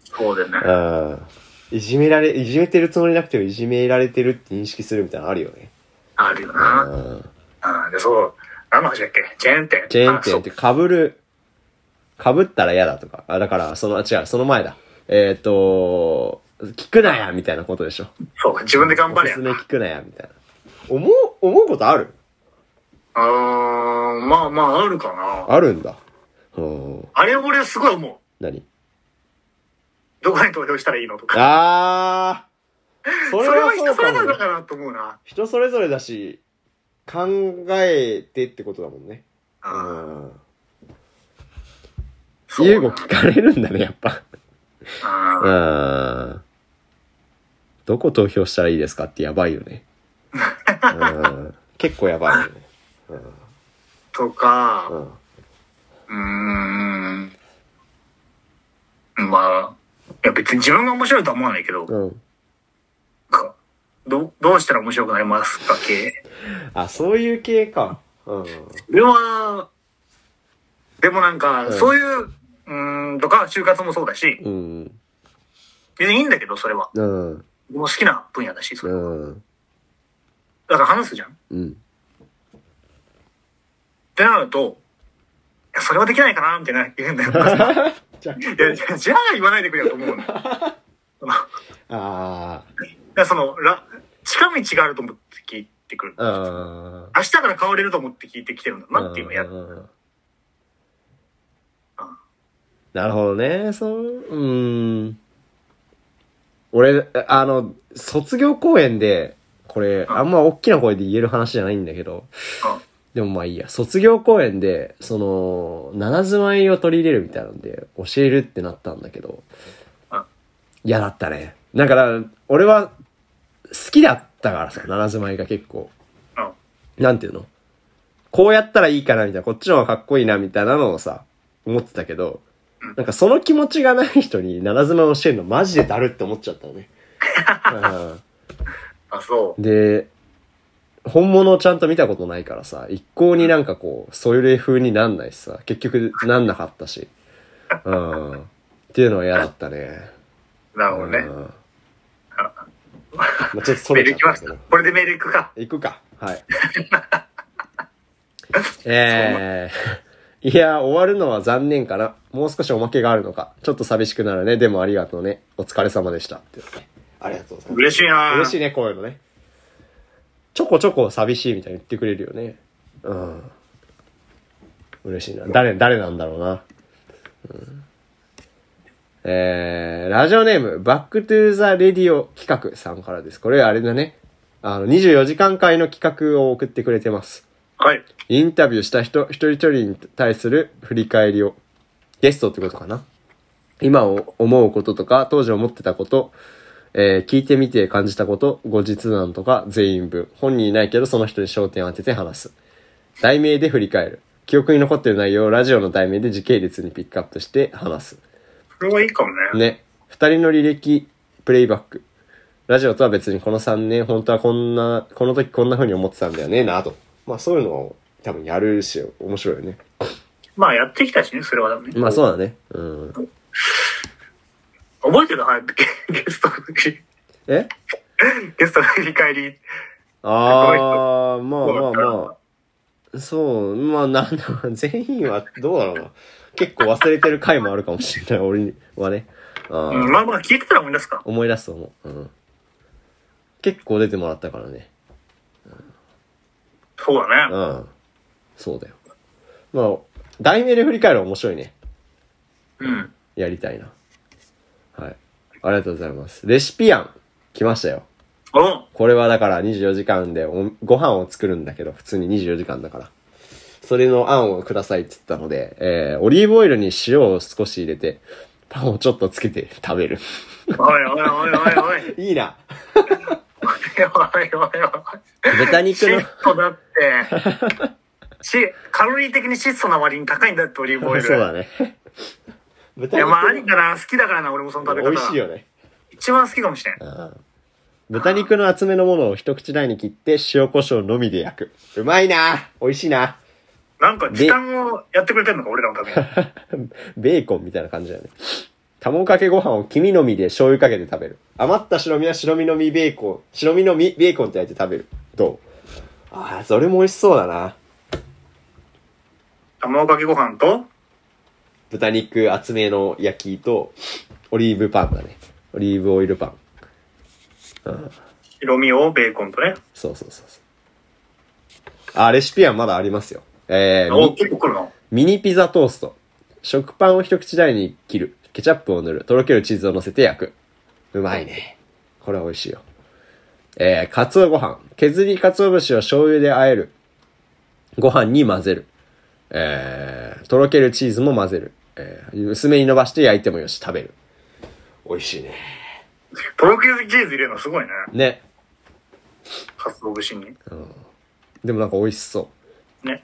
Speaker 1: そうだよね。
Speaker 2: うん。いじめられ、いじめてるつもりなくてもいじめられてるって認識するみたいなのあるよね。
Speaker 1: あるよ
Speaker 2: う
Speaker 1: な。
Speaker 2: ん。
Speaker 1: あで、そう。何の話だっけチェーン店。
Speaker 2: チェーン
Speaker 1: あそ
Speaker 2: 店
Speaker 1: う
Speaker 2: って被る、被ったら嫌だとか。あ、だから、その、あ違う、その前だ。えっ、と、聞くなやみたいなことでしょ。
Speaker 1: そう、自分で頑張れ
Speaker 2: お
Speaker 1: や
Speaker 2: すす。め聞くなやみたいな。思う、思うことある
Speaker 1: あー、まあまあ、あるかな。
Speaker 2: あるんだ。うん。
Speaker 1: あれ俺すごい思う。
Speaker 2: 何
Speaker 1: どこに投票したらいいのとか。
Speaker 2: あー。 <laughs> そ
Speaker 1: そ
Speaker 2: れ
Speaker 1: れは
Speaker 2: は
Speaker 1: 人それぞ
Speaker 2: そう
Speaker 1: れだ
Speaker 2: かもね。
Speaker 1: からなと思うな。
Speaker 2: 人それぞれだし、考えてってことだもんね。う
Speaker 1: うん
Speaker 2: ん。
Speaker 1: そう
Speaker 2: 優吾聞かれるんだね、やっぱ。
Speaker 1: あー
Speaker 2: うん。どこ投票したらいいですかってやばいよね。うん、結構やばいよね。
Speaker 1: とか、
Speaker 2: うん。うん。
Speaker 1: うーん。まあ、いや別に自分が面白いとは思わないけど、
Speaker 2: うん。
Speaker 1: かどどうしたら面白くなりますか系。
Speaker 2: あ、そういう系か。うん。
Speaker 1: それは、でもなんか、
Speaker 2: うん
Speaker 1: そういう、うーん、とか、就活もそうだし、
Speaker 2: うん。
Speaker 1: 別にいいんだけど、それは。
Speaker 2: うん。
Speaker 1: もう好きな分野だし、それ。
Speaker 2: うん。
Speaker 1: だから話すじゃん。っ
Speaker 2: うん。
Speaker 1: てなると、いや、それはできないかな、みたいな言うんだよ。
Speaker 2: <laughs> じゃ
Speaker 1: いやじゃあ、じゃあ言わないでくれよと思うの。だか
Speaker 2: あ
Speaker 1: らその、ら、近道があると思って聞いてくる。
Speaker 2: あ。うん。
Speaker 1: 明日から変われると思って聞いてきてるんだなっていうのや
Speaker 2: んんんなるほどね。そう、うーん。俺、あの、卒業公演で、これ、
Speaker 1: ん
Speaker 2: あんま大きな声で言える話じゃないんだけど
Speaker 1: うん、
Speaker 2: でもまあいいや。卒業公演で、その、七つ舞を取り入れるみたいなんで、教えるってなったんだけど
Speaker 1: うん、
Speaker 2: 嫌だったね。だから、俺は、好きだったからさ、七つ舞が結
Speaker 1: う
Speaker 2: 構。
Speaker 1: ん
Speaker 2: なんていうのこうやったらいいかなみたいな、こっちの方がかっこいいなみたいなのをさ、思ってたけど
Speaker 1: うん、
Speaker 2: なんかその気持ちがない人に七妻を教えるのマジでだるって思っちゃっ
Speaker 1: <laughs>
Speaker 2: たのね。
Speaker 1: あ、そ
Speaker 2: うんで、本物をちゃんと見たことないからさ、一向になんかこう、そういう風になんないしさ、結局なんなかったし。うん。っていうのは嫌だったね。
Speaker 1: <laughs> う。なるほどね
Speaker 2: うん。まあ、ちょっとそ
Speaker 1: メー
Speaker 2: れ
Speaker 1: ル
Speaker 2: ちゃ
Speaker 1: 行きま
Speaker 2: った
Speaker 1: す
Speaker 2: けど。
Speaker 1: これでメール行くか。
Speaker 2: 行くか。はい。えー、いや、終わるのは残念かな。もう少しおまけがあるのか。ちょっと寂しくなるね。でもありがとうね。お疲れ様でした。っていうねありがとうございます。
Speaker 1: 嬉しいな
Speaker 2: 嬉しいね、こういうのね。ちょこちょこ寂しいみたいに言ってくれるよね。うん。嬉しいな。誰、誰なんだろうな。うん、えー、ラジオネーム、バックトゥーザレディオ企画さんからです。これあれだね。あの、24時間会の企画を送ってくれてます。
Speaker 1: はい。
Speaker 2: インタビューした人、一人一人に対する振り返りを。ゲストってことかな。今を思うこととか、当時思ってたこと、えー聞いてみて感じたこと、後日談とか全員分。本人いないけど、その人に焦点を当てて話す。題名で振り返る。記憶に残ってる内容をラジオの題名で時系列にピックアップして話す。
Speaker 1: それはいいかもね。
Speaker 2: ね。二人の履歴、プレイバック。ラジオとは別にこの3年、本当はこんな、この時こんな風に思ってたんだよね、など。まあそういうのを多分やるし、面白いよね。
Speaker 1: まあやってきたしね、それはだね。
Speaker 2: まあそうだね。うん。
Speaker 1: 覚えてるはい。ゲゲストの時、
Speaker 2: え
Speaker 1: ゲストの振り返り。
Speaker 2: あー、まあまあまあ。そう、まあなんだ、全員はどうだろうな。結構忘れてる回もあるかもしれない、俺にはね。あー
Speaker 1: うん、まあまあ聞いてたら思い出すか。
Speaker 2: 思い出すと思う。うん。結構出てもらったからね。
Speaker 1: そうだね。
Speaker 2: うん。そうだよ。まあ、題名で振り返る面白いね。
Speaker 1: うん。
Speaker 2: やりたいな。はい。ありがとうございます。レシピ案、来ましたよ。
Speaker 1: お
Speaker 2: これはだから24時間でおご飯を作るんだけど、普通に24時間だから。それの案をくださいって言ったので、えー、オリーブオイルに塩を少し入れて、パンをちょっとつけて食べる。
Speaker 1: おいおいおいおいおい。
Speaker 2: <laughs> いいな。
Speaker 1: おいおいおいおい。
Speaker 2: 豚肉の <laughs>
Speaker 1: 質。素だって。し、カロリー的に質素な割に高いんだって、オリーブオイル。
Speaker 2: そうだね。
Speaker 1: い
Speaker 2: 豚
Speaker 1: や、
Speaker 2: 肉
Speaker 1: まあ、ありかな。好きだからな、俺もその食べ
Speaker 2: 美
Speaker 1: 方。
Speaker 2: 味しいよね。
Speaker 1: 一番好きかもしれん。
Speaker 2: うん豚肉の厚めのものを一口大に切って塩コショウのみで焼く。うまいな美味しいな <laughs>
Speaker 1: なんか、時間をやってくれてんのか、俺らのために。
Speaker 2: ベーコンみたいな感じだよね。卵かけご飯を黄身のみで醤油かけて食べる。余った白身は白身のみベーコン、白身のみベーコンって焼いて食べる。どうああ、それも美味しそうだな。
Speaker 1: 卵かけご飯と、
Speaker 2: 豚肉厚めの焼きと、オリーブパンだね。オリーブオイルパン。
Speaker 1: 白身をベーコンとね。
Speaker 2: そうそうそうそう。あー、レシピはまだありますよ。えー、
Speaker 1: お結構来るの。
Speaker 2: ミニピザトースト。食パンを一口大に切る。ケチャップを塗る。とろけるチーズを乗せて焼く。うまいね。これは美味しいよ。えー、かつおご飯。削りかつお節を醤油で和える。ご飯に混ぜる。えー、とろけるチーズも混ぜる。えー、薄めに伸ばして焼いてもよし、食べる。美味しいね。
Speaker 1: とろけるチーズ入れるのすごいね。
Speaker 2: ね。
Speaker 1: 発動節に。
Speaker 2: うん。でもなんか美味しそう。
Speaker 1: ね。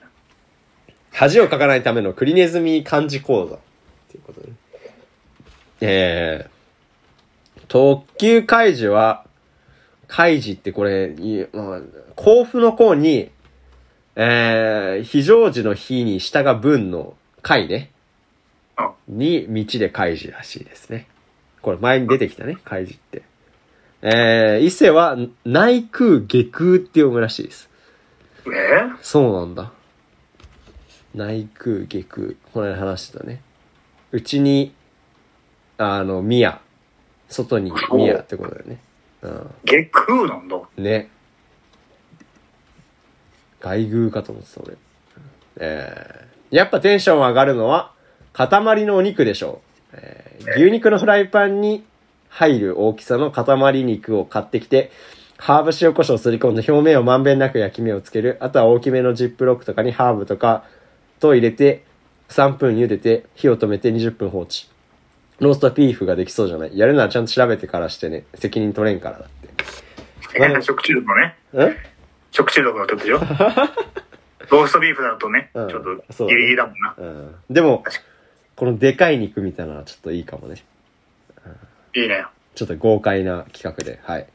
Speaker 2: 恥をかかないためのクリネズミ漢字講座。っていうことで。えー、特急開示は、開示ってこれ、いまあ、甲府の甲に、えー、非常時の日に下が文の回ね
Speaker 1: あ。
Speaker 2: に、道で開示らしいですね。これ前に出てきたね、開示って。えー、伊勢は内空下空って読むらしいです。
Speaker 1: えー、
Speaker 2: そうなんだ。内空、下空。この間話してたね。うちに、あの、宮。外に宮ってことだよね。う
Speaker 1: 月空なんだ。
Speaker 2: ん。ね。外宮かと思ってた、俺。えー、やっぱテンション上がるのは、塊のお肉でしょう。えー牛肉のフライパンに入る大きさの塊肉を買ってきて、ハーブ塩コショウをすり込んで表面をまんべんなく焼き目をつける。あとは大きめのジップロックとかにハーブとかと入れて、3分茹でて、火を止めて20分放置。ローストビーフができそうじゃないやるならちゃんと調べてからしてね。責任取れんからだっ
Speaker 1: えー食中毒のね。
Speaker 2: て。ん
Speaker 1: 食中毒の時でしょ <laughs> ローストビーフだとね、
Speaker 2: うん
Speaker 1: ちょっ
Speaker 2: そ
Speaker 1: と
Speaker 2: う
Speaker 1: ギリギリだもんな。
Speaker 2: うん。でも、このでかい肉みたいなのはちょっといいかもね。
Speaker 1: いいね。
Speaker 2: ちょっと豪快な企画で、はい。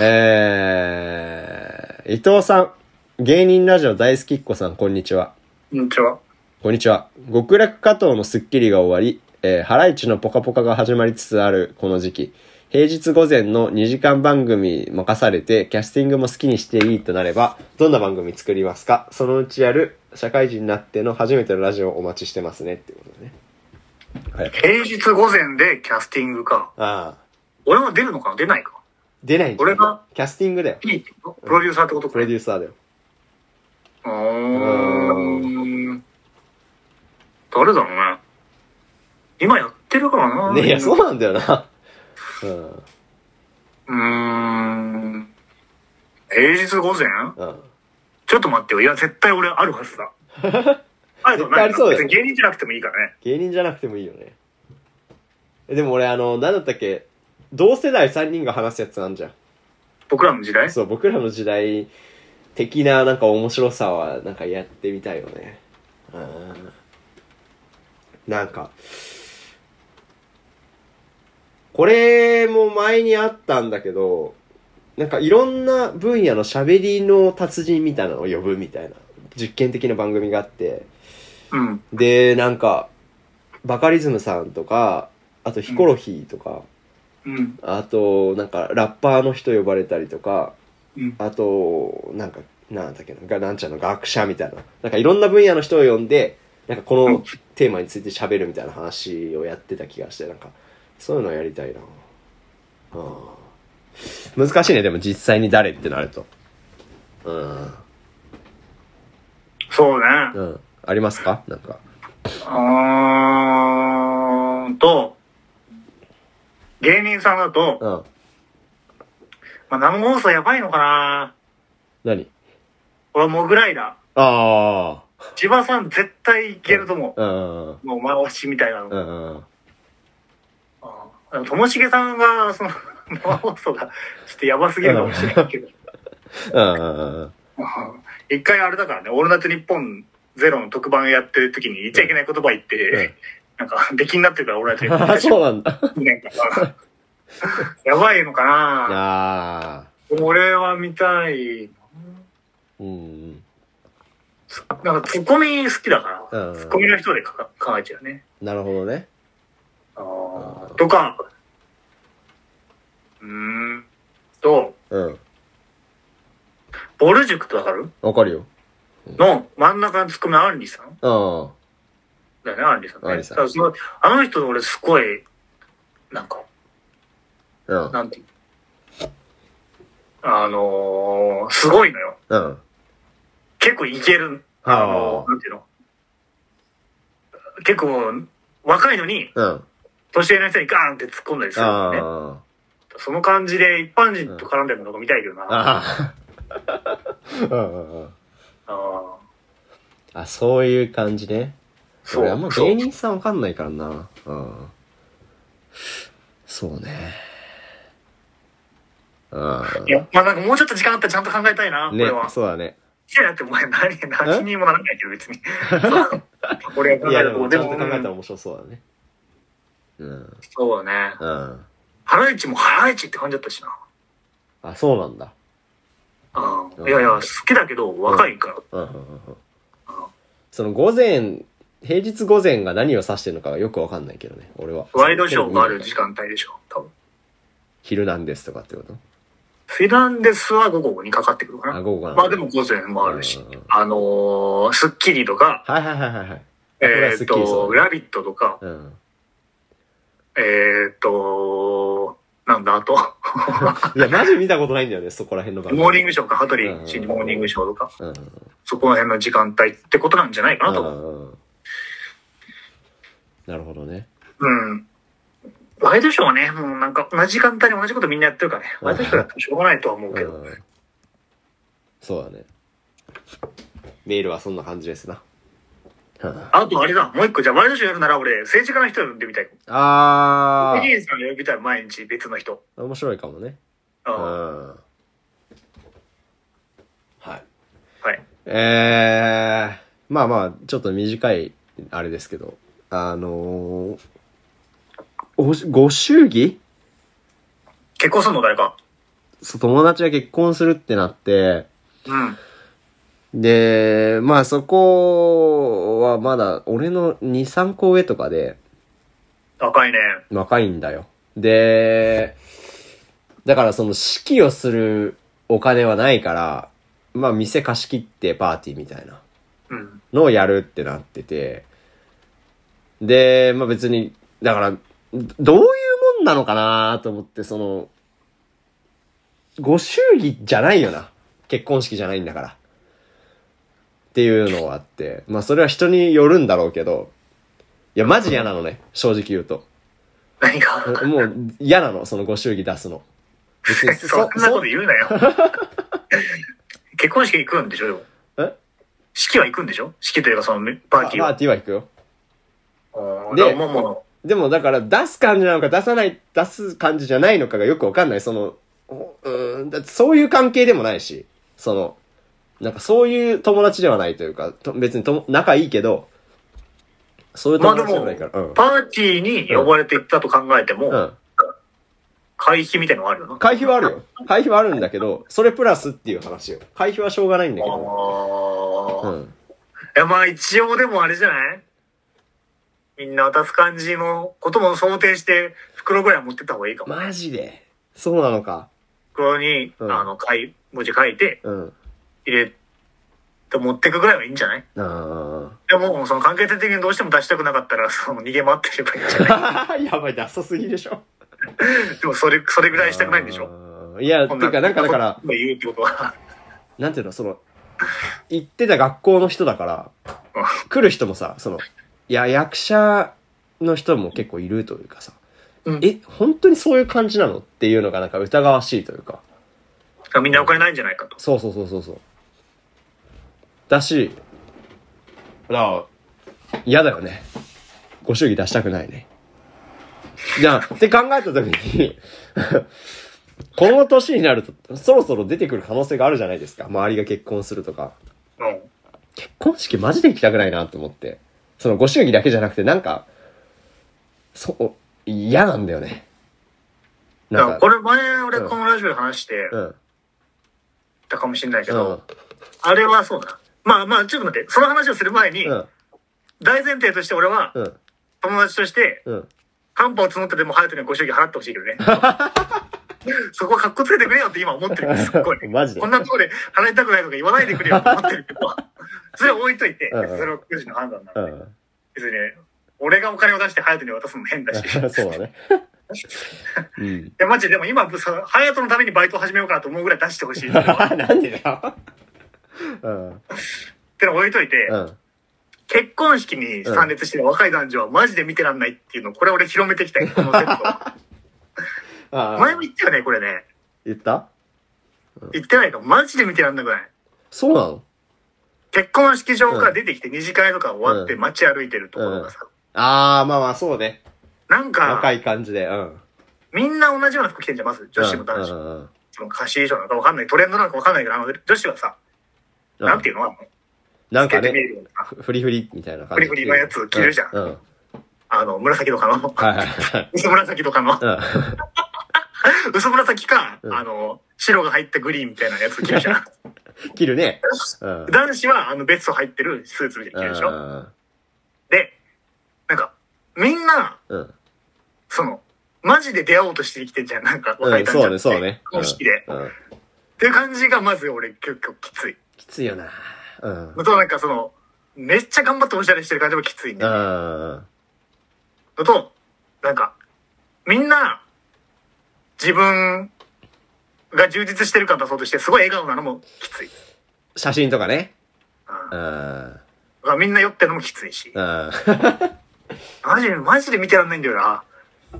Speaker 2: えー、伊藤さん、芸人ラジオ大好きっ子さん、こんにちは。
Speaker 1: こんにちは。
Speaker 2: こんにちは。極楽加藤のスッキリが終わり、えー、ハライチのポカポカが始まりつつあるこの時期、平日午前の2時間番組任されて、キャスティングも好きにしていいとなれば、どんな番組作りますかそのうちやる、社会人になっての初めてのラジオをお待ちしてますね、っていうことでね。はい。
Speaker 1: 平日午前でキャスティングか。
Speaker 2: ああ。
Speaker 1: 俺も出るのかな出ないか。
Speaker 2: 出ないんじゃない
Speaker 1: 俺が
Speaker 2: キャスティングだよ。
Speaker 1: いいってことプロデューサーってこと
Speaker 2: プ
Speaker 1: か。
Speaker 2: ロデューサーだよ。
Speaker 1: うーん。誰だろうね。今やってるからな。
Speaker 2: ねいや、そうなんだよな。うん。
Speaker 1: うーん。平日午前
Speaker 2: うん。
Speaker 1: ちょっと待ってよ。いや、絶対俺あるはず
Speaker 2: <laughs>
Speaker 1: だ。あると
Speaker 2: 絶対ありそうだよ
Speaker 1: 別に芸人じゃなくてもいいからね。
Speaker 2: 芸人じゃなくてもいいよね。えでも俺、あの、なんだったっけ、同世代3人が話すやつあんじゃん。
Speaker 1: 僕らの時代
Speaker 2: <laughs> そう、僕らの時代的な、なんか面白さは、なんかやってみたいよね。うん。なんか、これも前にあったんだけど、なんかいろんな分野の喋りの達人みたいなのを呼ぶみたいな、実験的な番組があって、
Speaker 1: うん。
Speaker 2: で、なんか、バカリズムさんとか、あとヒコロヒーとか、
Speaker 1: うん。
Speaker 2: あと、なんか、ラッパーの人呼ばれたりとか、
Speaker 1: うん
Speaker 2: あと、なんか、なんだっけな、がなんちゃらの学者みたいな、なんかいろんな分野の人を呼んで、なんかこのテーマについて喋るみたいな話をやってた気がして、なんか、そういうのやりたいなあー難しいね、でも実際に誰ってなると。うん。
Speaker 1: そうね。
Speaker 2: うん。ありますかなんか。
Speaker 1: うーんと、芸人さんだと、
Speaker 2: うん。
Speaker 1: まあ、生放送やばいのかな
Speaker 2: 何
Speaker 1: 俺はモグライダ
Speaker 2: あ
Speaker 1: ー。千葉さん絶対いけると思
Speaker 2: あ。うん。
Speaker 1: う。もうお前推しみたいなの。
Speaker 2: うんうん。
Speaker 1: あのともしげさんが、その、 <laughs> 生放送がちょっとやばすぎるかもしれないけど。
Speaker 2: うんうんうん。
Speaker 1: 一回あれだからね、オールナイトニッポンゼロの特番やってる時に言っちゃいけない言葉言って、
Speaker 2: うん
Speaker 1: なんか、出禁になってるから、オールナイトニッポン
Speaker 2: あ、そうなんだ。
Speaker 1: なん
Speaker 2: <laughs>
Speaker 1: かさやばいのかな
Speaker 2: ああ。
Speaker 1: 俺は見たい。
Speaker 2: うん。
Speaker 1: なんかツッコミ好きだから、
Speaker 2: うん
Speaker 1: ツッコミの人でか考えちゃうね。
Speaker 2: なるほどね。
Speaker 1: あ
Speaker 2: うん
Speaker 1: ーとか、うーんと、
Speaker 2: うん。
Speaker 1: ボル塾ってわかる
Speaker 2: わかるよ。
Speaker 1: の真ん中のツッコミのアンリさん
Speaker 2: うん。
Speaker 1: だよね、アンリさん、ね。
Speaker 2: アンリさん
Speaker 1: だからそのあの人俺すごい、なんか、
Speaker 2: うん。
Speaker 1: なんていうあのー、すごいのよ。
Speaker 2: うん。
Speaker 1: 結構いける。あの
Speaker 2: あ
Speaker 1: ー、なんていうの結構、若いのに、
Speaker 2: うん。
Speaker 1: 年上の人にガーンって突っ込んだりするのね。
Speaker 2: あ
Speaker 1: その感じで一般人と絡んでるのが見たいけどな。
Speaker 2: あ。
Speaker 1: あ
Speaker 2: ああ。うんうんうん。
Speaker 1: あ
Speaker 2: あ、そういう感じね。
Speaker 1: そう
Speaker 2: 俺あんま芸人さんわかんないからな。うん。そうね。あ
Speaker 1: いや、まあなんかもうちょっと時間あったらちゃんと考えたいな、
Speaker 2: あ。
Speaker 1: こ
Speaker 2: ね
Speaker 1: れは。、
Speaker 2: そうだね。
Speaker 1: いや、だってお前何、何気にもならないけど、
Speaker 2: <laughs>
Speaker 1: 別に。そう俺が考
Speaker 2: い
Speaker 1: え
Speaker 2: や、
Speaker 1: た
Speaker 2: で
Speaker 1: とこ
Speaker 2: も、
Speaker 1: で
Speaker 2: ちゃ
Speaker 1: も
Speaker 2: んと考えたら面白そうだね。うん。
Speaker 1: そうだね。
Speaker 2: うん。
Speaker 1: ハライチもハライチって感じだったしな。
Speaker 2: あ、そうなんだ。
Speaker 1: うん。いやいや、好きだけど、若いから。
Speaker 2: うんうんうんうん。その午前、平日午前が何を指してるのかがよくわかんないけどね、俺は。
Speaker 1: ワイドショーがある時。間帯でしょ、多分。
Speaker 2: 昼なんですとかってこと
Speaker 1: フィランデスは午後にかかってくるか
Speaker 2: あ、
Speaker 1: な。
Speaker 2: 午後かな。
Speaker 1: まあでも午前もあるし
Speaker 2: うんうんうん、
Speaker 1: あのー、スッキリとか、
Speaker 2: はいはいはいはいはい。れは
Speaker 1: え
Speaker 2: ス
Speaker 1: っ
Speaker 2: ッキリそ
Speaker 1: と、
Speaker 2: う
Speaker 1: ラビットとか、
Speaker 2: うん。
Speaker 1: えっと、なんだ、あ
Speaker 2: <laughs>
Speaker 1: と、
Speaker 2: いや、マジ見たことないんだよね、そこら辺の番組。
Speaker 1: モーニングショーか、ハトリー
Speaker 2: うん
Speaker 1: モーニングショーとか、
Speaker 2: うんうんうん。
Speaker 1: そこら辺の時間帯ってことなんじゃないかなと思う。
Speaker 2: うんうんなるほどね。
Speaker 1: うん。ワイドショーはね、もうなんか同じ時間帯に同じことみんなやってるからね。
Speaker 2: うん
Speaker 1: ワイドショーだったらしょうがないとは思うけど。
Speaker 2: うんそうだね。メールはそんな感じですな。うん
Speaker 1: あとあれだ、もう一個、じゃあワイドショーやるなら俺、政治家の人呼んでみたい。
Speaker 2: あ
Speaker 1: ビリーさん呼びたい、毎日別の人。
Speaker 2: ー、面白いかもね。うん。
Speaker 1: あ
Speaker 2: はい。
Speaker 1: はい。
Speaker 2: えー、まあまあ、ちょっと短い、あれですけど、あのー、おしご祝儀
Speaker 1: 結婚するの誰か。
Speaker 2: そう友達が結婚するってなって、
Speaker 1: うん。
Speaker 2: で、まあそこはまだ俺の2、3個上とかで
Speaker 1: 若いね。
Speaker 2: 若いんだよ。で、だからその式をするお金はないから、まあ店貸し切ってパーティーみたいな
Speaker 1: うん。
Speaker 2: のをやるってなってて、で、まあ別に、だから、どどういうもんなのかなと思って、その、ご祝儀じゃないよな。結婚式じゃないんだから。っていうのはあって、まあそれは人によるんだろうけど、いや、マジ嫌なのね、正直言うと。
Speaker 1: 何か。
Speaker 2: もう嫌なの、そのご祝儀出すの。別に
Speaker 1: <laughs> そんなこと言う
Speaker 2: <laughs>
Speaker 1: なよ。結婚式行くんでしょでも
Speaker 2: え
Speaker 1: 式は行くんでしょ式というかそのパー
Speaker 2: パー
Speaker 1: テ
Speaker 2: テ
Speaker 1: ィー
Speaker 2: ィー
Speaker 1: は。
Speaker 2: は行くよ。
Speaker 1: あー
Speaker 2: で
Speaker 1: だからもうも
Speaker 2: でもだから出す感じなのか出さない、出す感じじゃないのかがよくわかんない。その、おうーん、だってそういう関係でもないし、その、なんかそういう友達ではないというか、と別にとも仲いいけど、そういう
Speaker 1: う、まあで
Speaker 2: 友達で
Speaker 1: も
Speaker 2: もないから。、
Speaker 1: パーティーに呼ばれて行ったと考えて
Speaker 2: うん。う
Speaker 1: も、
Speaker 2: ん。
Speaker 1: 会費みたいなのはあるよな。
Speaker 2: 会費はあるよ。会費はあるんだけど、それプラスっていう話よ。会費はしょうがないんだけど。
Speaker 1: あ
Speaker 2: う
Speaker 1: あ。
Speaker 2: ん。
Speaker 1: いや、まあ一応でもあれじゃないみんな渡す感じのことも想定して、袋ぐらいは持ってった方がいいかも。
Speaker 2: マジで。そうなのか。
Speaker 1: 袋に、
Speaker 2: うん
Speaker 1: あの、書い、文字書いて、
Speaker 2: うん。
Speaker 1: 入れて持ってくぐらいはいいんじゃない
Speaker 2: あ
Speaker 1: でも、その関係性的にどうしても出したくなかったら、その逃げ回ってればいいんじゃない
Speaker 2: あ。 <laughs> やばい、ダサすぎでしょ。
Speaker 1: でも、それ、それぐらいしたくないんでしょ
Speaker 2: ょいや、て
Speaker 1: こな
Speaker 2: か、なんかだから、
Speaker 1: こんなこと言うってことは。
Speaker 2: なんていうの、その、行ってた学校の人だから、来る人もさ、その、いや、役者の人も結構いるというかさ、
Speaker 1: うん
Speaker 2: え、本当にそういう感じなのっていうのがなんか疑わしいというか、
Speaker 1: みんなお金ないんじゃないかと。
Speaker 2: そうそうそうそうそう。だし、なあ、嫌だよね。ご祝儀出したくないね。じゃあ、って考えたときに、 <laughs> この年になると、そろそろ出てくる可能性があるじゃないですか。周りが結婚するとか。
Speaker 1: うん。
Speaker 2: 結婚式マジで行きたくないなと思って。そのご祝儀だけじゃなくて、なんか、そう、嫌なんだよね。
Speaker 1: だ
Speaker 2: な
Speaker 1: から
Speaker 2: ん
Speaker 1: こ
Speaker 2: か、
Speaker 1: れ前、俺このラジオで話して
Speaker 2: うん。
Speaker 1: たかもしれないけ
Speaker 2: う
Speaker 1: ど、
Speaker 2: ん。
Speaker 1: あれはそうだな。まあまあ、ちょっと待って、その話をする前に、
Speaker 2: うん。
Speaker 1: 大前提として俺は、
Speaker 2: うん。
Speaker 1: 友達として、
Speaker 2: うん。
Speaker 1: カンパを募ってでも、ハヤトにはご祝儀払ってほしいけど
Speaker 2: <laughs>
Speaker 1: ね。そこは格好つけてくれよって今思ってるすっごい。
Speaker 2: <laughs> マジで
Speaker 1: こんなところで払いたくないとか言わないでくれよって思ってる
Speaker 2: <laughs>
Speaker 1: けど、それは置いといて、
Speaker 2: うんうん
Speaker 1: それは個人の判断な
Speaker 2: う
Speaker 1: ので、
Speaker 2: ん。
Speaker 1: 別にね、俺がお金を出してハヤトに渡すのも変だし。い
Speaker 2: そうだね。うん。
Speaker 1: や、マジで、でも今、そのハヤトのためにバイトを始めようかなと思うぐらい出してほしい。っ
Speaker 2: なんでだよ。うん。
Speaker 1: てのを置いといて、
Speaker 2: うん。
Speaker 1: 結婚式に参列してる若い男女はマジで見てらんないっていうのを、これ俺広めていきたい、このセッ
Speaker 2: <laughs>
Speaker 1: ト。
Speaker 2: あ
Speaker 1: 前も言ったよね、これね。
Speaker 2: 言った
Speaker 1: 言ってないか、マジで見てらんなくない
Speaker 2: そうなの
Speaker 1: 結婚式場から出てきて二次会とか終わって
Speaker 2: うん
Speaker 1: 街歩いてるところがさ、
Speaker 2: ああ、まあまあ、そうね。
Speaker 1: なん
Speaker 2: 若
Speaker 1: か、
Speaker 2: い感じで、うん。
Speaker 1: みんな同じような服着てんじゃん、まず。女子も男子も。
Speaker 2: うんうんうん
Speaker 1: の歌詞衣装なんかわかんない、トレンドなんかわかんないけど、あの、女子はさ、
Speaker 2: うん
Speaker 1: なんていうのあの
Speaker 2: なん
Speaker 1: 透
Speaker 2: か
Speaker 1: けて見え
Speaker 2: ね、
Speaker 1: るようなさ
Speaker 2: フリフリみたいな感じ。
Speaker 1: フリフリのやつ着るじゃん
Speaker 2: うん。うん
Speaker 1: あの、紫とかの、
Speaker 2: はいはいはい。
Speaker 1: 薄紫とか
Speaker 2: <laughs>
Speaker 1: の、
Speaker 2: うん。
Speaker 1: 薄紫か、
Speaker 2: うん
Speaker 1: あの、白が入ったグリーンみたいなやつ着るじゃん。
Speaker 2: 切
Speaker 1: <laughs>
Speaker 2: るね。うん。
Speaker 1: 男子は、あの、ベスト入ってるスーツみたいな着るでしょ。で、なんか、みんな、
Speaker 2: うん。
Speaker 1: その、マジで出会おうとして生きてんじゃん。なんか、
Speaker 2: う
Speaker 1: 若い
Speaker 2: ん、
Speaker 1: 感じ
Speaker 2: そうね、そうね。
Speaker 1: 公式で。っ
Speaker 2: うん。うん
Speaker 1: ていう感じが、まず俺結構きつい。
Speaker 2: きついよな。うん。
Speaker 1: あと、なんかその、めっちゃ頑張っておしゃれしてる感じもきついね。
Speaker 2: うん。
Speaker 1: のと、なんか、みんな、自分が充実してる感出そうとして、すごい笑顔なのもきつい。うん
Speaker 2: 写真とかね。う
Speaker 1: だ
Speaker 2: ん。
Speaker 1: からみんな酔ってるのもきついし。
Speaker 2: うん。 <laughs>
Speaker 1: マジで、マジで見てらんないんだよな。
Speaker 2: い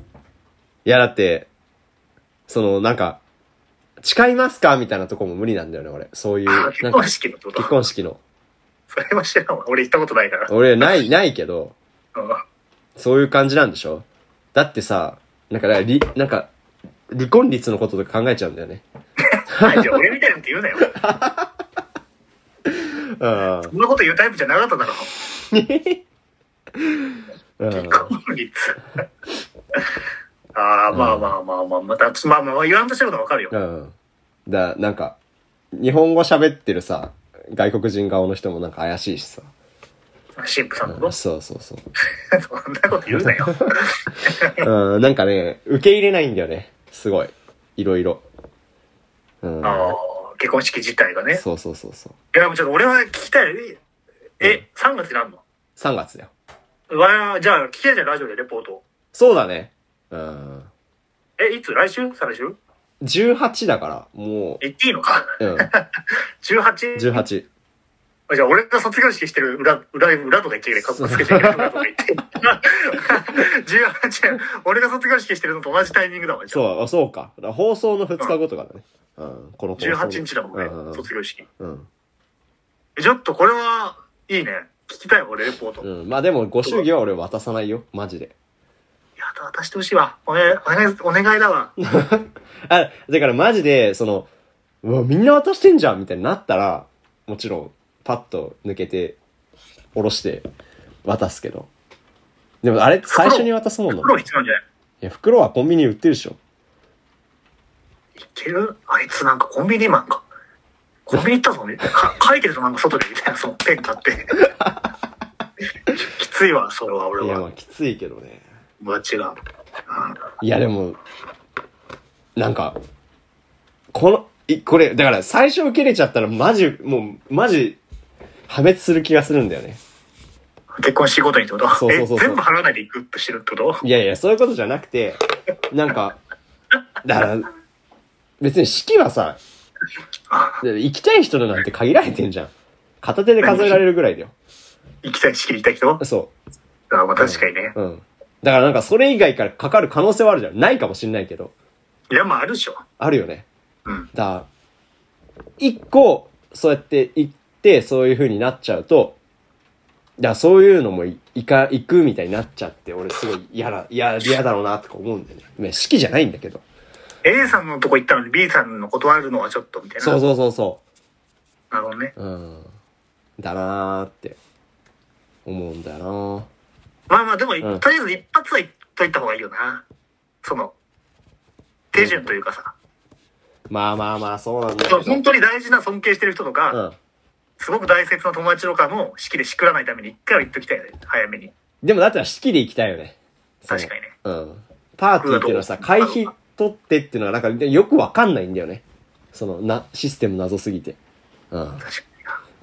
Speaker 2: や、だって、その、なんか、誓いますかみたいなとこも無理なんだよね、俺。そういう、
Speaker 1: あ
Speaker 2: な
Speaker 1: あ、
Speaker 2: ん
Speaker 1: 結
Speaker 2: か、
Speaker 1: 婚式のってこと
Speaker 2: 結婚式の。
Speaker 1: それは知らんわ。俺行ったことないから。
Speaker 2: 俺、ない、ないけど、
Speaker 1: うん
Speaker 2: そういう感じなんでしょだってさ、なんか、り、なんか、離婚率のこととか考えちゃうんだよね。
Speaker 1: はい、じゃあ俺みたいなんて言うなよ。
Speaker 2: うん。
Speaker 1: そんなこと言うタイプじゃなかっただろ。
Speaker 2: う
Speaker 1: <laughs>
Speaker 2: ん
Speaker 1: 結。婚率。ああ、まあまあまあまあ、また、まあまあ、言わんとしてることはわかるよ。
Speaker 2: うん。だ、なんか、日本語喋ってるさ、外国人顔の人もなんか怪しいしさ。
Speaker 1: 神父さんの
Speaker 2: う
Speaker 1: こ
Speaker 2: ん、そうそうそう。
Speaker 1: と。そんなこと言うなよ。
Speaker 2: うん、なんかね、受け入れないんだよね。すごい。いろいろ。うん。
Speaker 1: ああ、結婚式自体がね。
Speaker 2: そうそうそうそう。
Speaker 1: いや、でもちょっと俺は聞きたい。え、3月にあんの
Speaker 2: 3月だよ。
Speaker 1: うわあじゃあ聞きたいじゃん、ラジオでレポート。
Speaker 2: そうだね。うん。
Speaker 1: え、いつ来週再来週
Speaker 2: 18だから、も
Speaker 1: 言っていいのか
Speaker 2: う、うん。
Speaker 1: 18?
Speaker 2: 18。
Speaker 1: じゃあ、俺が卒業式してる裏、裏、裏とか言っちゃいけない。かっこつけちゃいけない。裏とか言って。18俺が卒業式してるのと同じタイミングだわ、じゃあ。
Speaker 2: そう、あそうか。だから放送の2日後とかだね。うん、この放送の。
Speaker 1: 18日だもんね、
Speaker 2: うんうん
Speaker 1: 卒業式。
Speaker 2: うん。
Speaker 1: ちょっとこれは、いいね。聞きたい、俺、レポート。
Speaker 2: う
Speaker 1: い
Speaker 2: ん。まあでも、ご祝儀は俺渡さないよ。マジで。
Speaker 1: や、渡してほしいわ。お願い、お願い、お願いだわ。
Speaker 2: あ、だからマジで、その、うわ、みんな渡してんじゃんみたいになったら、もちろん、パッと抜けて、下ろして、渡すけど。でも、あれ、最初に渡すもの。
Speaker 1: 袋必要なんじゃない
Speaker 2: いや、袋はコンビニに売ってるでしょ。
Speaker 1: いけるあいつなんかコンビニマンか。コンビニ行ったぞ、ね、か書いてるぞ、なんか外でみたいな、そのペン買って。きついわ、それは、俺
Speaker 2: いや、ま
Speaker 1: は。
Speaker 2: あ、きついけどね。
Speaker 1: 間違う。うん
Speaker 2: いや、でも、なんか、この、い、これ、だから最初受け入れちゃったらマジ、もう、マジ、破滅する気がするんだよね。
Speaker 1: 結婚していくことにってこと
Speaker 2: そうそうそうそ
Speaker 1: え、
Speaker 2: う
Speaker 1: 全部払わないで行くとしてるってこと
Speaker 2: いやいや、そういうことじゃなくて、なんか、だから、別に式はさ、で行きたい人なんて限られてんじゃん。片手で数えられるぐらいだよ。
Speaker 1: 行きたい、仕切りたい人
Speaker 2: そ
Speaker 1: あまあ確かにね。
Speaker 2: う。うん。だからなんかそれ以外からかかる可能性はあるじゃん。ないかもしんないけど。
Speaker 1: いや、まああるでしょ。
Speaker 2: あるよね。
Speaker 1: うん。
Speaker 2: だから一個、そうやって行って、そういう風になっちゃうと、だからそういうのもい行か、行くみたいになっちゃって、俺すごい嫌だ、嫌、嫌だろうなとか思うんだよね。ね式じゃないんだけど。
Speaker 1: A さんのとこ行ったのに B さんの断るのはちょっとみたいな。
Speaker 2: そうそうそうそ
Speaker 1: なるほどね。
Speaker 2: う。うん。だなーって、思うんだよな
Speaker 1: まあまあでも、
Speaker 2: ん
Speaker 1: とりあえず一発は言っといた方がいいよな。その、手順というかさ。
Speaker 2: まあまあまあ、そうなんだけ
Speaker 1: そう
Speaker 2: ど。
Speaker 1: 本当に大事な尊敬してる人とか、
Speaker 2: うん。
Speaker 1: すごく大切な友達とかの式でしくらないために一回は言っときたいよね。早めに。
Speaker 2: でもだったら式で行きたいよね。その
Speaker 1: 確かにね。
Speaker 2: うん。パーティーっていうのはさ、会費取ってっていうのはなんかよくわかんないんだよね。その、な、システム謎すぎて。うん。
Speaker 1: 確かに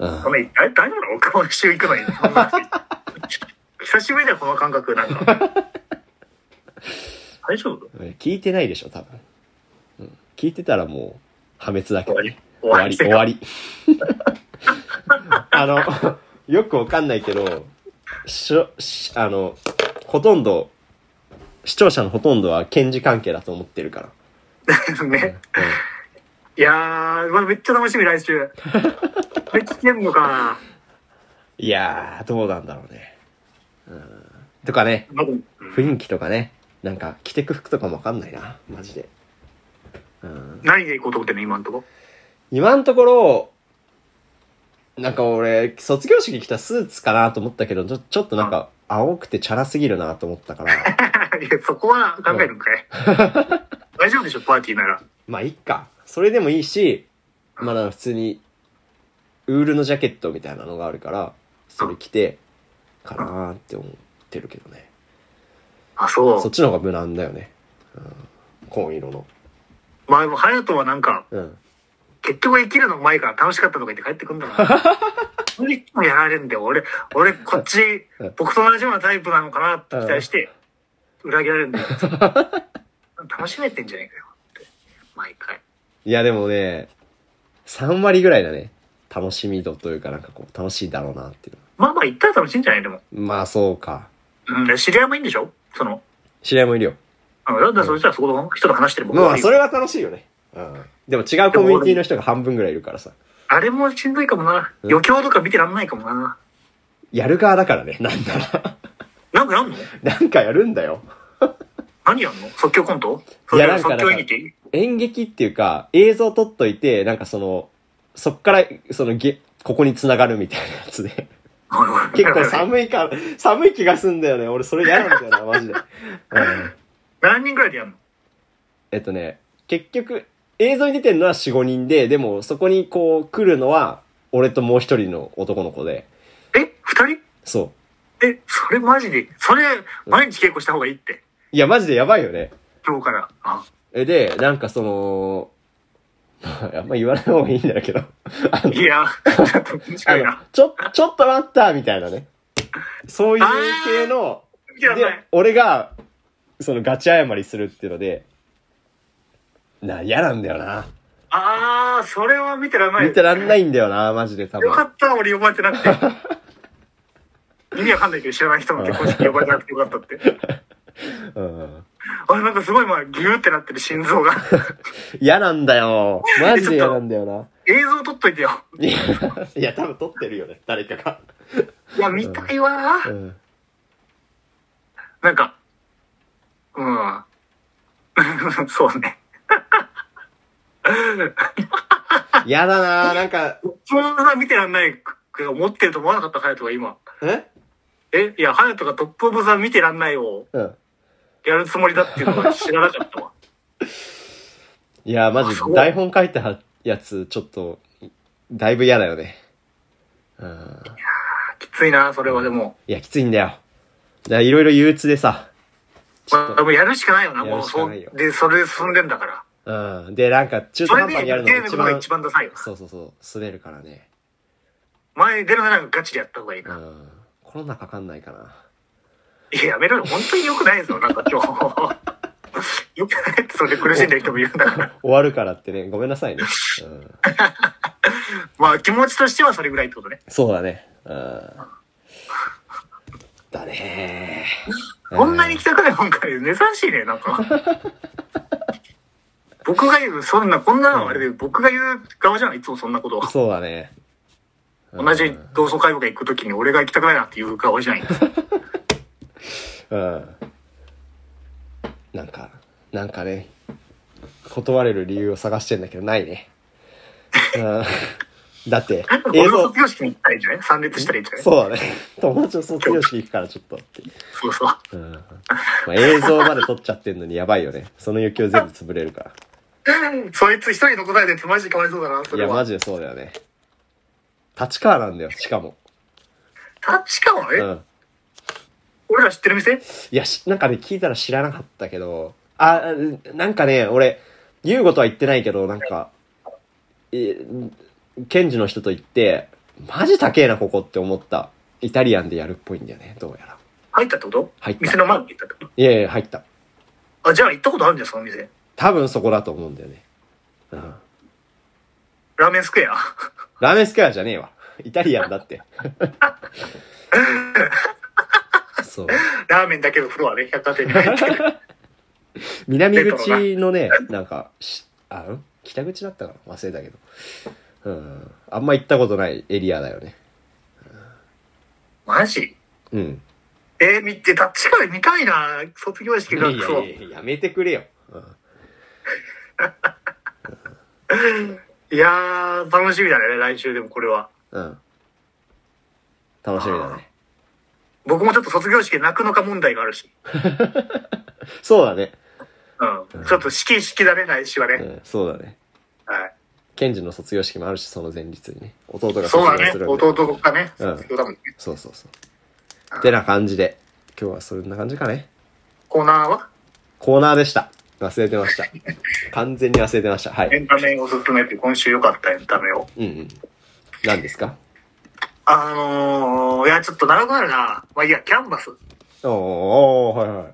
Speaker 2: うん
Speaker 1: な。ご。めん、大丈夫なの今週行くの
Speaker 2: <laughs>
Speaker 1: に。そんな話久しぶりだよ、この感覚。なんか。大丈夫
Speaker 2: 聞いてないでしょ、多分。うん。聞いてたらもう、破滅だけ
Speaker 1: 終
Speaker 2: ど
Speaker 1: わ
Speaker 2: ね
Speaker 1: り。
Speaker 2: 終わり、終わり。 <laughs> あの、よくわかんないけど、しょ、し、あの、ほとんど、視聴者のほとんどは検事関係だと思ってるから。
Speaker 1: ね。いやー、まあめっちゃ楽しみ、来
Speaker 2: <laughs>
Speaker 1: 週。これ聞けんのかな。
Speaker 2: いやー、どうなんだろうね。うん。とかね、
Speaker 1: まあでも
Speaker 2: 雰囲気とかね、なんか着てく服とかもわかんないな、マジで。うん。
Speaker 1: 何で行こうと思ってんの今のとこ。 <laughs>
Speaker 2: 今のところ、なんか俺、卒業式着たスーツかなと思ったけど、ちょちょっとなんか、青くてチャラすぎるなと思ったから、
Speaker 1: いや、そこは考えるんか
Speaker 2: <laughs>
Speaker 1: い。大丈夫でしょ、パーティーなら。
Speaker 2: まあいっか。それでもいいし、まだ普通に、ウールのジャケットみたいなのがあるから、それ着て、かなーって思ってるけどね。
Speaker 1: あ、そ
Speaker 2: そ
Speaker 1: う。
Speaker 2: っちの方が無難だよね。うん。紺色の。
Speaker 1: まあでも、ハヤトはなんか、
Speaker 2: うん。
Speaker 1: 結局生きるの前から楽しかったとか言って帰ってくんだ
Speaker 2: <laughs>
Speaker 1: な。無理もやられるんだよ。俺、俺、こっち
Speaker 2: うん、
Speaker 1: 僕と同じようなタイプなのかなって期待して、裏切られる
Speaker 2: <laughs>
Speaker 1: んだよ。楽しめてんじゃねえかよって。毎回。
Speaker 2: いやでもね、3割ぐらいだね。楽しみ度というかなんかこう、楽しいだろうなっていう。
Speaker 1: まあまあ、行ったら楽しいんじゃないでも。
Speaker 2: まあそうか。
Speaker 1: うん、で知り合いもいいんでしょその、
Speaker 2: 知り合いもいるよ。
Speaker 1: あのだからそしたらそこの人と話してる僕
Speaker 2: ま
Speaker 1: は
Speaker 2: あそれは楽しいよね。うん。でも違うコミュニティの人が半分ぐらいいるからさ。
Speaker 1: あれもしんどいかもな。
Speaker 2: うん
Speaker 1: 余興とか見てらんないかもな。
Speaker 2: やる側だからね、なんなら。
Speaker 1: なんかやんの
Speaker 2: なんかやるんだよ。
Speaker 1: 何やんの即興コント
Speaker 2: いや
Speaker 1: それ
Speaker 2: な
Speaker 1: 即
Speaker 2: んか
Speaker 1: 興演劇
Speaker 2: 演劇っていうか、映像撮っといて、なんかその、そっから、そのげ、ここに繋がるみたいなやつ <laughs> で。結構
Speaker 1: 三
Speaker 2: 寒いから、寒い気がすんだよね。俺それ嫌なんだよな、マジで。うん。
Speaker 1: 何人ぐらいでやんの
Speaker 2: えっとね、結局、映像に出てるのは4、5人で、でもそこにこう来るのは、俺ともう一人の男の子で、
Speaker 1: え二人
Speaker 2: そう。
Speaker 1: え、それマジでそれ、毎日稽古した方がいいって。
Speaker 2: いや、マジでやばいよね。
Speaker 1: 今日から。あ
Speaker 2: えで、なんかその、 <laughs> あんま言わない方がいいんだけど、 <laughs> あの
Speaker 1: <laughs> いや、ちょっと
Speaker 2: あ
Speaker 1: 近い
Speaker 2: の
Speaker 1: な。、
Speaker 2: ちょ、ちょっと待ったみたいなね。そういう系の、
Speaker 1: いや、
Speaker 2: で、俺が、そのガチ謝りするっていうので、な、嫌なんだよな。
Speaker 1: あー、それは見てらんない。
Speaker 2: 見てらんないんだよな、マジで多分
Speaker 1: よ。かった、俺呼ばれてなくて。意味わかんないけど、知らない人の結婚式呼ばれてなくてよかったって。
Speaker 2: うん。
Speaker 1: あれ、なんかすごい、まあ、ギューってなってる心臓 <laughs> が。
Speaker 2: 嫌なんだ <laughs> よ。マジで嫌なんだよな。
Speaker 1: 映像撮っといてよ。
Speaker 2: いや、いや多分撮ってるよね、誰かが。
Speaker 1: いや、見たいわー。
Speaker 2: うん。
Speaker 1: なんか、うん。 <laughs> そうね。
Speaker 2: 嫌だな、なんか、
Speaker 1: そんな見てらんないけど、持ってると思わなかった、ハヤトが今。
Speaker 2: え
Speaker 1: えいや、ハヤトがトップオブザ見てらんないを
Speaker 2: うん。
Speaker 1: やるつもりだっていうのは知らなか
Speaker 2: <laughs>
Speaker 1: ったわ。
Speaker 2: いや、マジ
Speaker 1: あそ、う
Speaker 2: 台本書いたやつ、ちょっと、だいぶ嫌だよね。うん。
Speaker 1: きついな、それはでも。
Speaker 2: いや、きついんだよ。だからいろいろ憂鬱でさ。ちょ
Speaker 1: まあ、
Speaker 2: っ
Speaker 1: でもやるしかないよな、
Speaker 2: や
Speaker 1: も
Speaker 2: る
Speaker 1: う。
Speaker 2: し
Speaker 1: そ
Speaker 2: か
Speaker 1: う
Speaker 2: ないよ
Speaker 1: で、それで進んでんだから。
Speaker 2: と、うん。で、なんか、中途
Speaker 1: それ
Speaker 2: 半
Speaker 1: で
Speaker 2: 端にやるの
Speaker 1: ゲー
Speaker 2: が
Speaker 1: ム
Speaker 2: 一
Speaker 1: のが
Speaker 2: 番
Speaker 1: 一、番ダサいよな。
Speaker 2: そうそうそう、滑るからね。
Speaker 1: 前に出るならガチでやった方がいいうな。
Speaker 2: ん。コロナかかんないかな。
Speaker 1: いや、やめろよ。本当に良くないぞ、なんか今日。 <laughs> 良くないって、それで苦しんでる人もいるんだから。
Speaker 2: 終わるからってね、ごめんなさいね。うん。
Speaker 1: まあ、気持ちとしてはそれぐらいってことね。
Speaker 2: そうだね。うん。だね
Speaker 1: こんなに行きたくない本会珍しいね、なんか。
Speaker 2: <laughs>
Speaker 1: 僕が言う、そんな、こんなのあれで、僕が言う側じゃん、いつもそんなこと。
Speaker 2: そうだね。うん
Speaker 1: 同じ同窓会とか行くときに俺が行きたくないなっていう側
Speaker 2: <laughs>
Speaker 1: じゃん。
Speaker 2: うん。なんか、なんかね、断れる理由を探してんだけど、ないね。うん。だって、映
Speaker 1: 俺の
Speaker 2: 像
Speaker 1: 卒、業式に行ったらいいんじゃない参列したらいいんじゃない
Speaker 2: そうだね。友達の卒業式行くからちょっとって。
Speaker 1: そうそう。
Speaker 2: うん。まあ、映像まで撮っちゃってんのにやばいよね。その余興全部潰れるか
Speaker 1: そいつ一人残されてマジかわいそうだな、
Speaker 2: ら。
Speaker 1: そ
Speaker 2: い
Speaker 1: れ
Speaker 2: や、マ
Speaker 1: は。
Speaker 2: ジでそうだよね。立川なんだよ、しかも。
Speaker 1: 立川
Speaker 2: う
Speaker 1: え
Speaker 2: ん。
Speaker 1: 俺ら知ってる店
Speaker 2: いや、しなんかね、聞いたら知らなかったけど、あ、なんかね、俺、優吾とは言ってないけど、なんか、え、検事の人と言って、マジ高えな、ここって思った。イタリアンでやるっぽいんだよね、どうやら。
Speaker 1: 入ったってこと <laughs>
Speaker 2: 入った
Speaker 1: 店の前に行ったってこ
Speaker 2: いやいや、入った。
Speaker 1: とあ、じゃあ行ったことあるんじゃん、その店。
Speaker 2: 多分そこだと思うんだよね。うん。
Speaker 1: ラーメンスクエア。 <laughs>
Speaker 2: ラーメンスクエアじゃねえわ。イタリアンだって。そう。
Speaker 1: ラーメンだけのフロアね、百貨店に入って
Speaker 2: <laughs>
Speaker 1: る。
Speaker 2: 南口のね、なんか、しあ、ん北口だったかな忘れたけど。うん。あんま行ったことないエリアだよね。
Speaker 1: マジ
Speaker 2: うん。
Speaker 1: えー、見て、立川見たいな、卒業式が。そう。
Speaker 2: やめてくれよ。うん
Speaker 1: いやー、楽しみだね、来週でもこれは。
Speaker 2: うん。楽しみだね。
Speaker 1: 僕もちょっと卒業式で泣くのか問題があるし。
Speaker 2: そうだね。
Speaker 1: うん。ちょっと式式だね、来週は
Speaker 2: う
Speaker 1: ね。
Speaker 2: ん、そうだね。
Speaker 1: はい。
Speaker 2: ケンジの卒業式もあるし、その前日にね。弟が卒
Speaker 1: そう
Speaker 2: 業
Speaker 1: だ
Speaker 2: するん
Speaker 1: ね、
Speaker 2: で。
Speaker 1: 弟がね、
Speaker 2: うん
Speaker 1: 卒業だもんね。
Speaker 2: そうそうそう。ってな感じで、今日はそんな感じかね。
Speaker 1: コーナーは
Speaker 2: コーナーでした。忘れてました。完全に忘れてました。は
Speaker 1: エ
Speaker 2: い。
Speaker 1: ンタメおすすめって今週良かったエンタメを。
Speaker 2: うんうん。何ですか
Speaker 1: あのー、いや、ちょっと長くなるな。まあいいや、キャンバス。
Speaker 2: おーおーはいはい。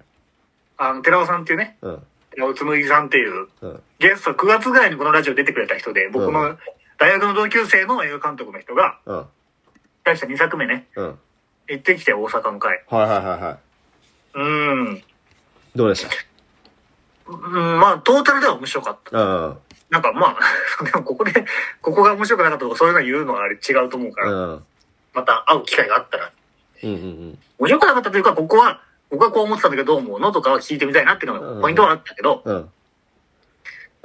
Speaker 1: あの、寺尾さんっていうね、
Speaker 2: うん。
Speaker 1: 寺尾つむぎさんっていう、
Speaker 2: うん。
Speaker 1: ゲスト9月ぐらいにこのラジオ出てくれた人で、僕
Speaker 2: う
Speaker 1: の大学の同級生の映画監督の人が、
Speaker 2: うん。
Speaker 1: 大した2作目ね、
Speaker 2: うん。
Speaker 1: 行ってきて大阪の会。
Speaker 2: はいはいはいは
Speaker 1: うーん。
Speaker 2: い。どうでした
Speaker 1: うん、まあ、トータルでは面白かった。
Speaker 2: うん。
Speaker 1: なんかまあ、 <laughs> でもここで、ここが面白くなかったとか、そういうの言うのはあれ違うと思うから、
Speaker 2: うん。
Speaker 1: また会う機会があったら。
Speaker 2: うんうん
Speaker 1: 面白くなかったというか、ここは、僕はこう思ってたんだけど、どう思うのとかは聞いてみたいなっていうのがポイントはあったけど、
Speaker 2: うん。うん。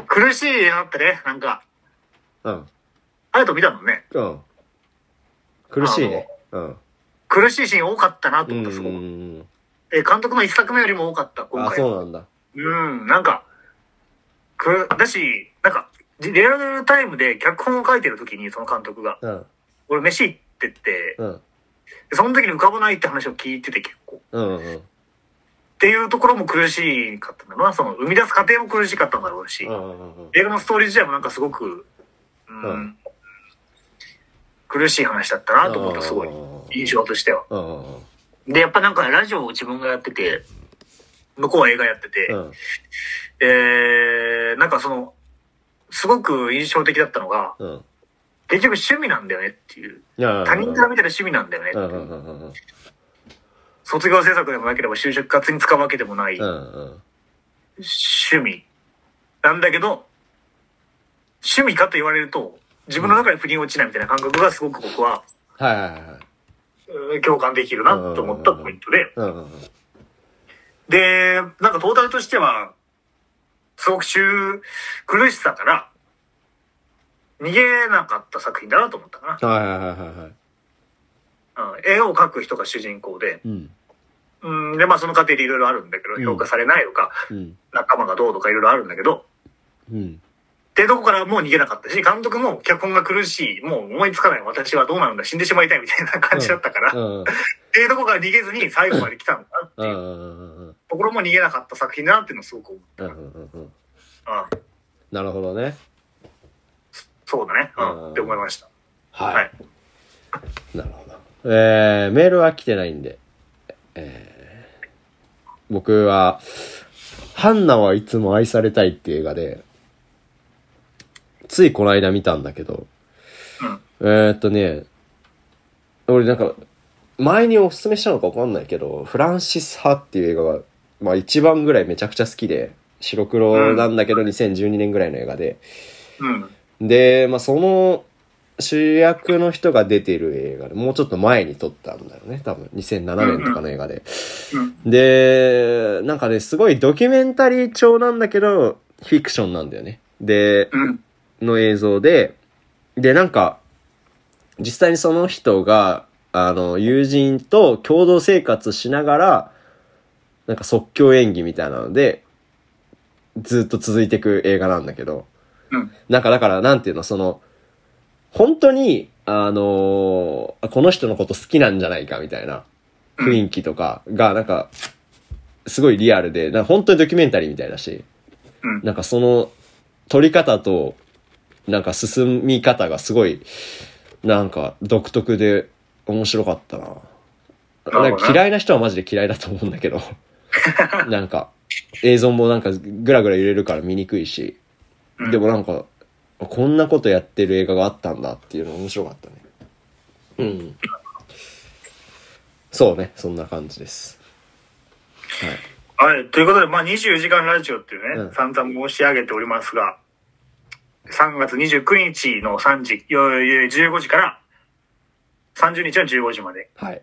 Speaker 1: 苦しい映画だったね、なんか。
Speaker 2: うん。
Speaker 1: あれと見たのね。
Speaker 2: うん。苦しいね。うん。
Speaker 1: 苦しいシーン多かったなと
Speaker 2: うん
Speaker 1: 思っ
Speaker 2: う
Speaker 1: た、すごく。
Speaker 2: ん
Speaker 1: え、監督の一作目よりも多かった、
Speaker 2: うん。
Speaker 1: 今
Speaker 2: あ、
Speaker 1: 回
Speaker 2: そ
Speaker 1: は。
Speaker 2: うなんだ。
Speaker 1: うん、なんか、く、だし、なんか、リリアルタイムで脚本を書いてる時に、その監督が、
Speaker 2: うん。
Speaker 1: 俺飯行ってって、
Speaker 2: うん。
Speaker 1: その時に浮かばないって話を聞いてて結構。
Speaker 2: うんうん。
Speaker 1: っていうところも苦しかったんだろうな。その、生み出す過程も苦しかったんだろうし、
Speaker 2: うんうんうん。
Speaker 1: 映画のストーリー自体もなんかすごく、うん、
Speaker 2: うん
Speaker 1: 苦しい話だったなと思った、すごい。印象としては。
Speaker 2: うんうんうん。
Speaker 1: で、やっぱなんかねラジオを自分がやってて、向こうは映画やってて、
Speaker 2: うん。
Speaker 1: えー、なんかその、すごく印象的だったのが、
Speaker 2: うん。
Speaker 1: 結局趣味なんだよねっていう。
Speaker 2: いや
Speaker 1: 他人から見たら趣味なんだよねって
Speaker 2: う
Speaker 1: い
Speaker 2: ん
Speaker 1: う。
Speaker 2: うんうんうんうん。
Speaker 1: 卒業制作でもなければ就職活に使うわけでもない
Speaker 2: うんうん。
Speaker 1: 趣味。なんだけど、趣味かと言われると、自分の中で不倫落ちないみたいな感覚がすごく僕は、
Speaker 2: はいはいはいはい。
Speaker 1: うん共感できるなと思ったポイントで、
Speaker 2: うんうんうん。
Speaker 1: で、なんかトータルとしては、すごく中、苦しさから、逃げなかった作品だなと思ったか
Speaker 2: はいはいはいはいはい。
Speaker 1: な。うん、絵を描く人が主人公で、
Speaker 2: うん。
Speaker 1: うん、で、まあその過程でいろいろあるんだけ
Speaker 2: うん
Speaker 1: ど、評価されないとか、
Speaker 2: うん。
Speaker 1: 仲間がどうとかいろいろあるんだけど、
Speaker 2: うん。
Speaker 1: ってとこからもう逃げなかったし、監督も脚本が苦しい、もう思いつかない、私はどうなるんだ、死んでしまいたいみたいな感じだったから、
Speaker 2: う
Speaker 1: っ
Speaker 2: んうん
Speaker 1: ていうとこから逃げずに最後まで来たんだなって
Speaker 2: う
Speaker 1: いうん
Speaker 2: うん。
Speaker 1: ところも逃げなかった作品だなっていうのをすごく思っ
Speaker 2: うんうんうん。
Speaker 1: た。うん、
Speaker 2: なるほどね。
Speaker 1: そうだね、う
Speaker 2: うん
Speaker 1: ん、って思いました。
Speaker 2: はい。
Speaker 1: はい
Speaker 2: なるほど。えー、メールは来てないんで、えー、僕は、ハンナはいつも愛されたいっていう映画で、ついこの間見たんだけど、えー、っとね、俺なんか、前におすすめしたのかわかんないけど、フランシス・ハっていう映画が、まあ一番ぐらいめちゃくちゃ好きで、白黒なんだけど2012年ぐらいの映画で、
Speaker 1: うん。
Speaker 2: で、まあ、その主役の人が出てる映画で、もうちょっと前に撮ったんだよね、多分。2007年とかの映画で。
Speaker 1: うん
Speaker 2: で、なんかね、すごいドキュメンタリー調なんだけど、フィクションなんだよね。で、
Speaker 1: うん。
Speaker 2: の映像で、で、なんか、実際にその人が、あの、友人と共同生活しながら、なんか即興演技みたいなので、ずっと続いていく映画なんだけど、
Speaker 1: うん
Speaker 2: なんかだから、なんていうの、その、本当に、あのーこの人のこと好きなんじゃないかみたいな雰囲気とかが、なんか、すごいリアルで、なんか本当にドキュメンタリーみたいだし、
Speaker 1: うん
Speaker 2: なんかその、撮り方と、なんか進み方がすごい、なんか独特で面白かったな。
Speaker 1: るほどね
Speaker 2: なんか嫌いな人はマジで嫌いだと思うんだけど、
Speaker 1: <laughs>
Speaker 2: なんか、映像もなんかグラグラ揺れるから見にくいし、
Speaker 1: うん
Speaker 2: でもなんか、こんなことやってる映画があったんだっていうの面白かったね。うん。そうね、そんな感じです。
Speaker 1: はい。ということで、まあ、24時間ラジオっていうね、
Speaker 2: うん
Speaker 1: 散々申し上げておりますが、3月29日の3時、よよ15時から、30日の15時まで
Speaker 2: はい。はい。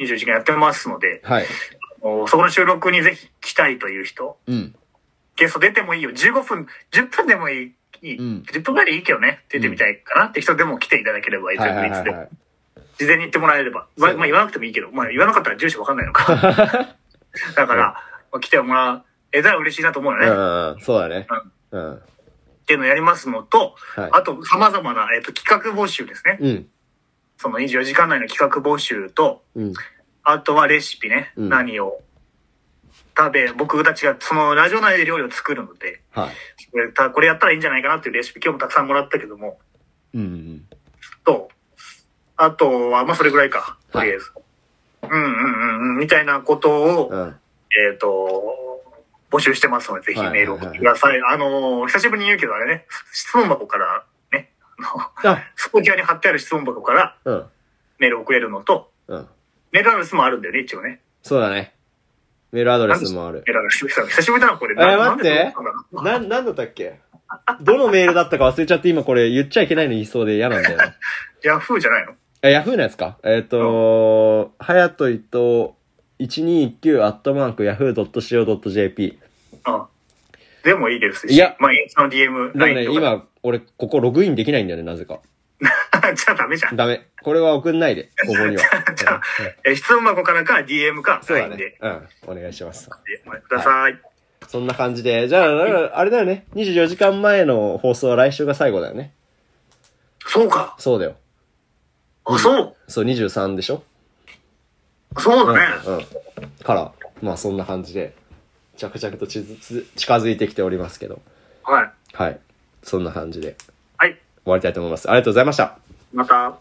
Speaker 1: 24時間やってますので、
Speaker 2: はい。
Speaker 1: おそこの収録にぜひ来たいという人、 <laughs>
Speaker 2: うん。
Speaker 1: ゲスト出てもいいよ。15分、10分でもいいいい、
Speaker 2: うん
Speaker 1: 10分ぐらいでいいけどね、出てみたいかなって人でも来ていただければ、いつ
Speaker 2: は
Speaker 1: で
Speaker 2: い
Speaker 1: も
Speaker 2: はい
Speaker 1: いつ
Speaker 2: はい
Speaker 1: で
Speaker 2: は
Speaker 1: も。
Speaker 2: い。
Speaker 1: 事前に言ってもらえれば。
Speaker 2: そう
Speaker 1: まあ、まあ言わなくてもいいけど、まあ言わなかったら住所わかんないの
Speaker 2: <laughs>
Speaker 1: か。だから、まあ来てもらえたら嬉しいなと思うよね。
Speaker 2: う
Speaker 1: っ
Speaker 2: んうん、そうだね。うん。
Speaker 1: ていうのをやりますのと、
Speaker 2: はい。
Speaker 1: あと、様々な、えっと、企画募集ですね。
Speaker 2: うん。
Speaker 1: その24時間内の企画募集と、
Speaker 2: うん。
Speaker 1: あとはレシピね。
Speaker 2: うん
Speaker 1: 何を食べ、僕たちがそのラジオ内で料理を作るので、
Speaker 2: はい。
Speaker 1: これたこれやったらいいんじゃないかなっていうレシピ、今日もたくさんもらったけども、
Speaker 2: うんうん。
Speaker 1: と、あとは、まあそれぐらいか、とりあえず。うんうんうんうん、みたいなことを、
Speaker 2: うん。うん
Speaker 1: えっ、と、募集してますので、ぜひ
Speaker 2: はい
Speaker 1: メールを送ってください。あのー久しぶりに言うけどあれね、質問箱からね、あの、
Speaker 2: あ、
Speaker 1: スポキャに貼ってある質問箱から
Speaker 2: うん。
Speaker 1: メールを送れるのと、
Speaker 2: うん。
Speaker 1: メールアドレスもあるんだよね、一応ね。
Speaker 2: そうだね。メールアドレスもある。
Speaker 1: メールアドレス。久しぶりだな、これ。
Speaker 2: え待ってな、なんだったっけどのメールだったか忘れちゃって今これ言っちゃいけないの言いそうで嫌なんだよな。
Speaker 1: ヤフーじゃないの
Speaker 2: <laughs> え、ヤフーのやつかえっ、と、はやといと、129アットマーク yahoo.co.jp。
Speaker 1: あでもいいですし。
Speaker 2: いや
Speaker 1: まあ、インスタの DM、
Speaker 2: でもね、
Speaker 1: LINE とか。
Speaker 2: 今、俺、ここログインできないんだよね、なぜか。
Speaker 1: <laughs> じゃあダメじゃん。
Speaker 2: ダメ。これは送んないで、こ
Speaker 1: <laughs>
Speaker 2: こには。
Speaker 1: じゃあえ質問箱からか DM か
Speaker 2: そうだ
Speaker 1: LINE
Speaker 2: ね
Speaker 1: で。
Speaker 2: うん。お願いします。
Speaker 1: お待ちください。
Speaker 2: そんな感じで。じゃあ、だからあれだよね。24時間前の放送は来週が最後だよね。
Speaker 1: そうか。
Speaker 2: そうだよ。
Speaker 1: あ、そう。
Speaker 2: そう、23でしょ
Speaker 1: そうだね。
Speaker 2: うん。うんから、まあそんな感じで、着々とちずつ近づいてきておりますけど。
Speaker 1: はい。
Speaker 2: はい。そんな感じで
Speaker 1: はい。
Speaker 2: 終わりたいと思います。ありがとうございました。
Speaker 1: また。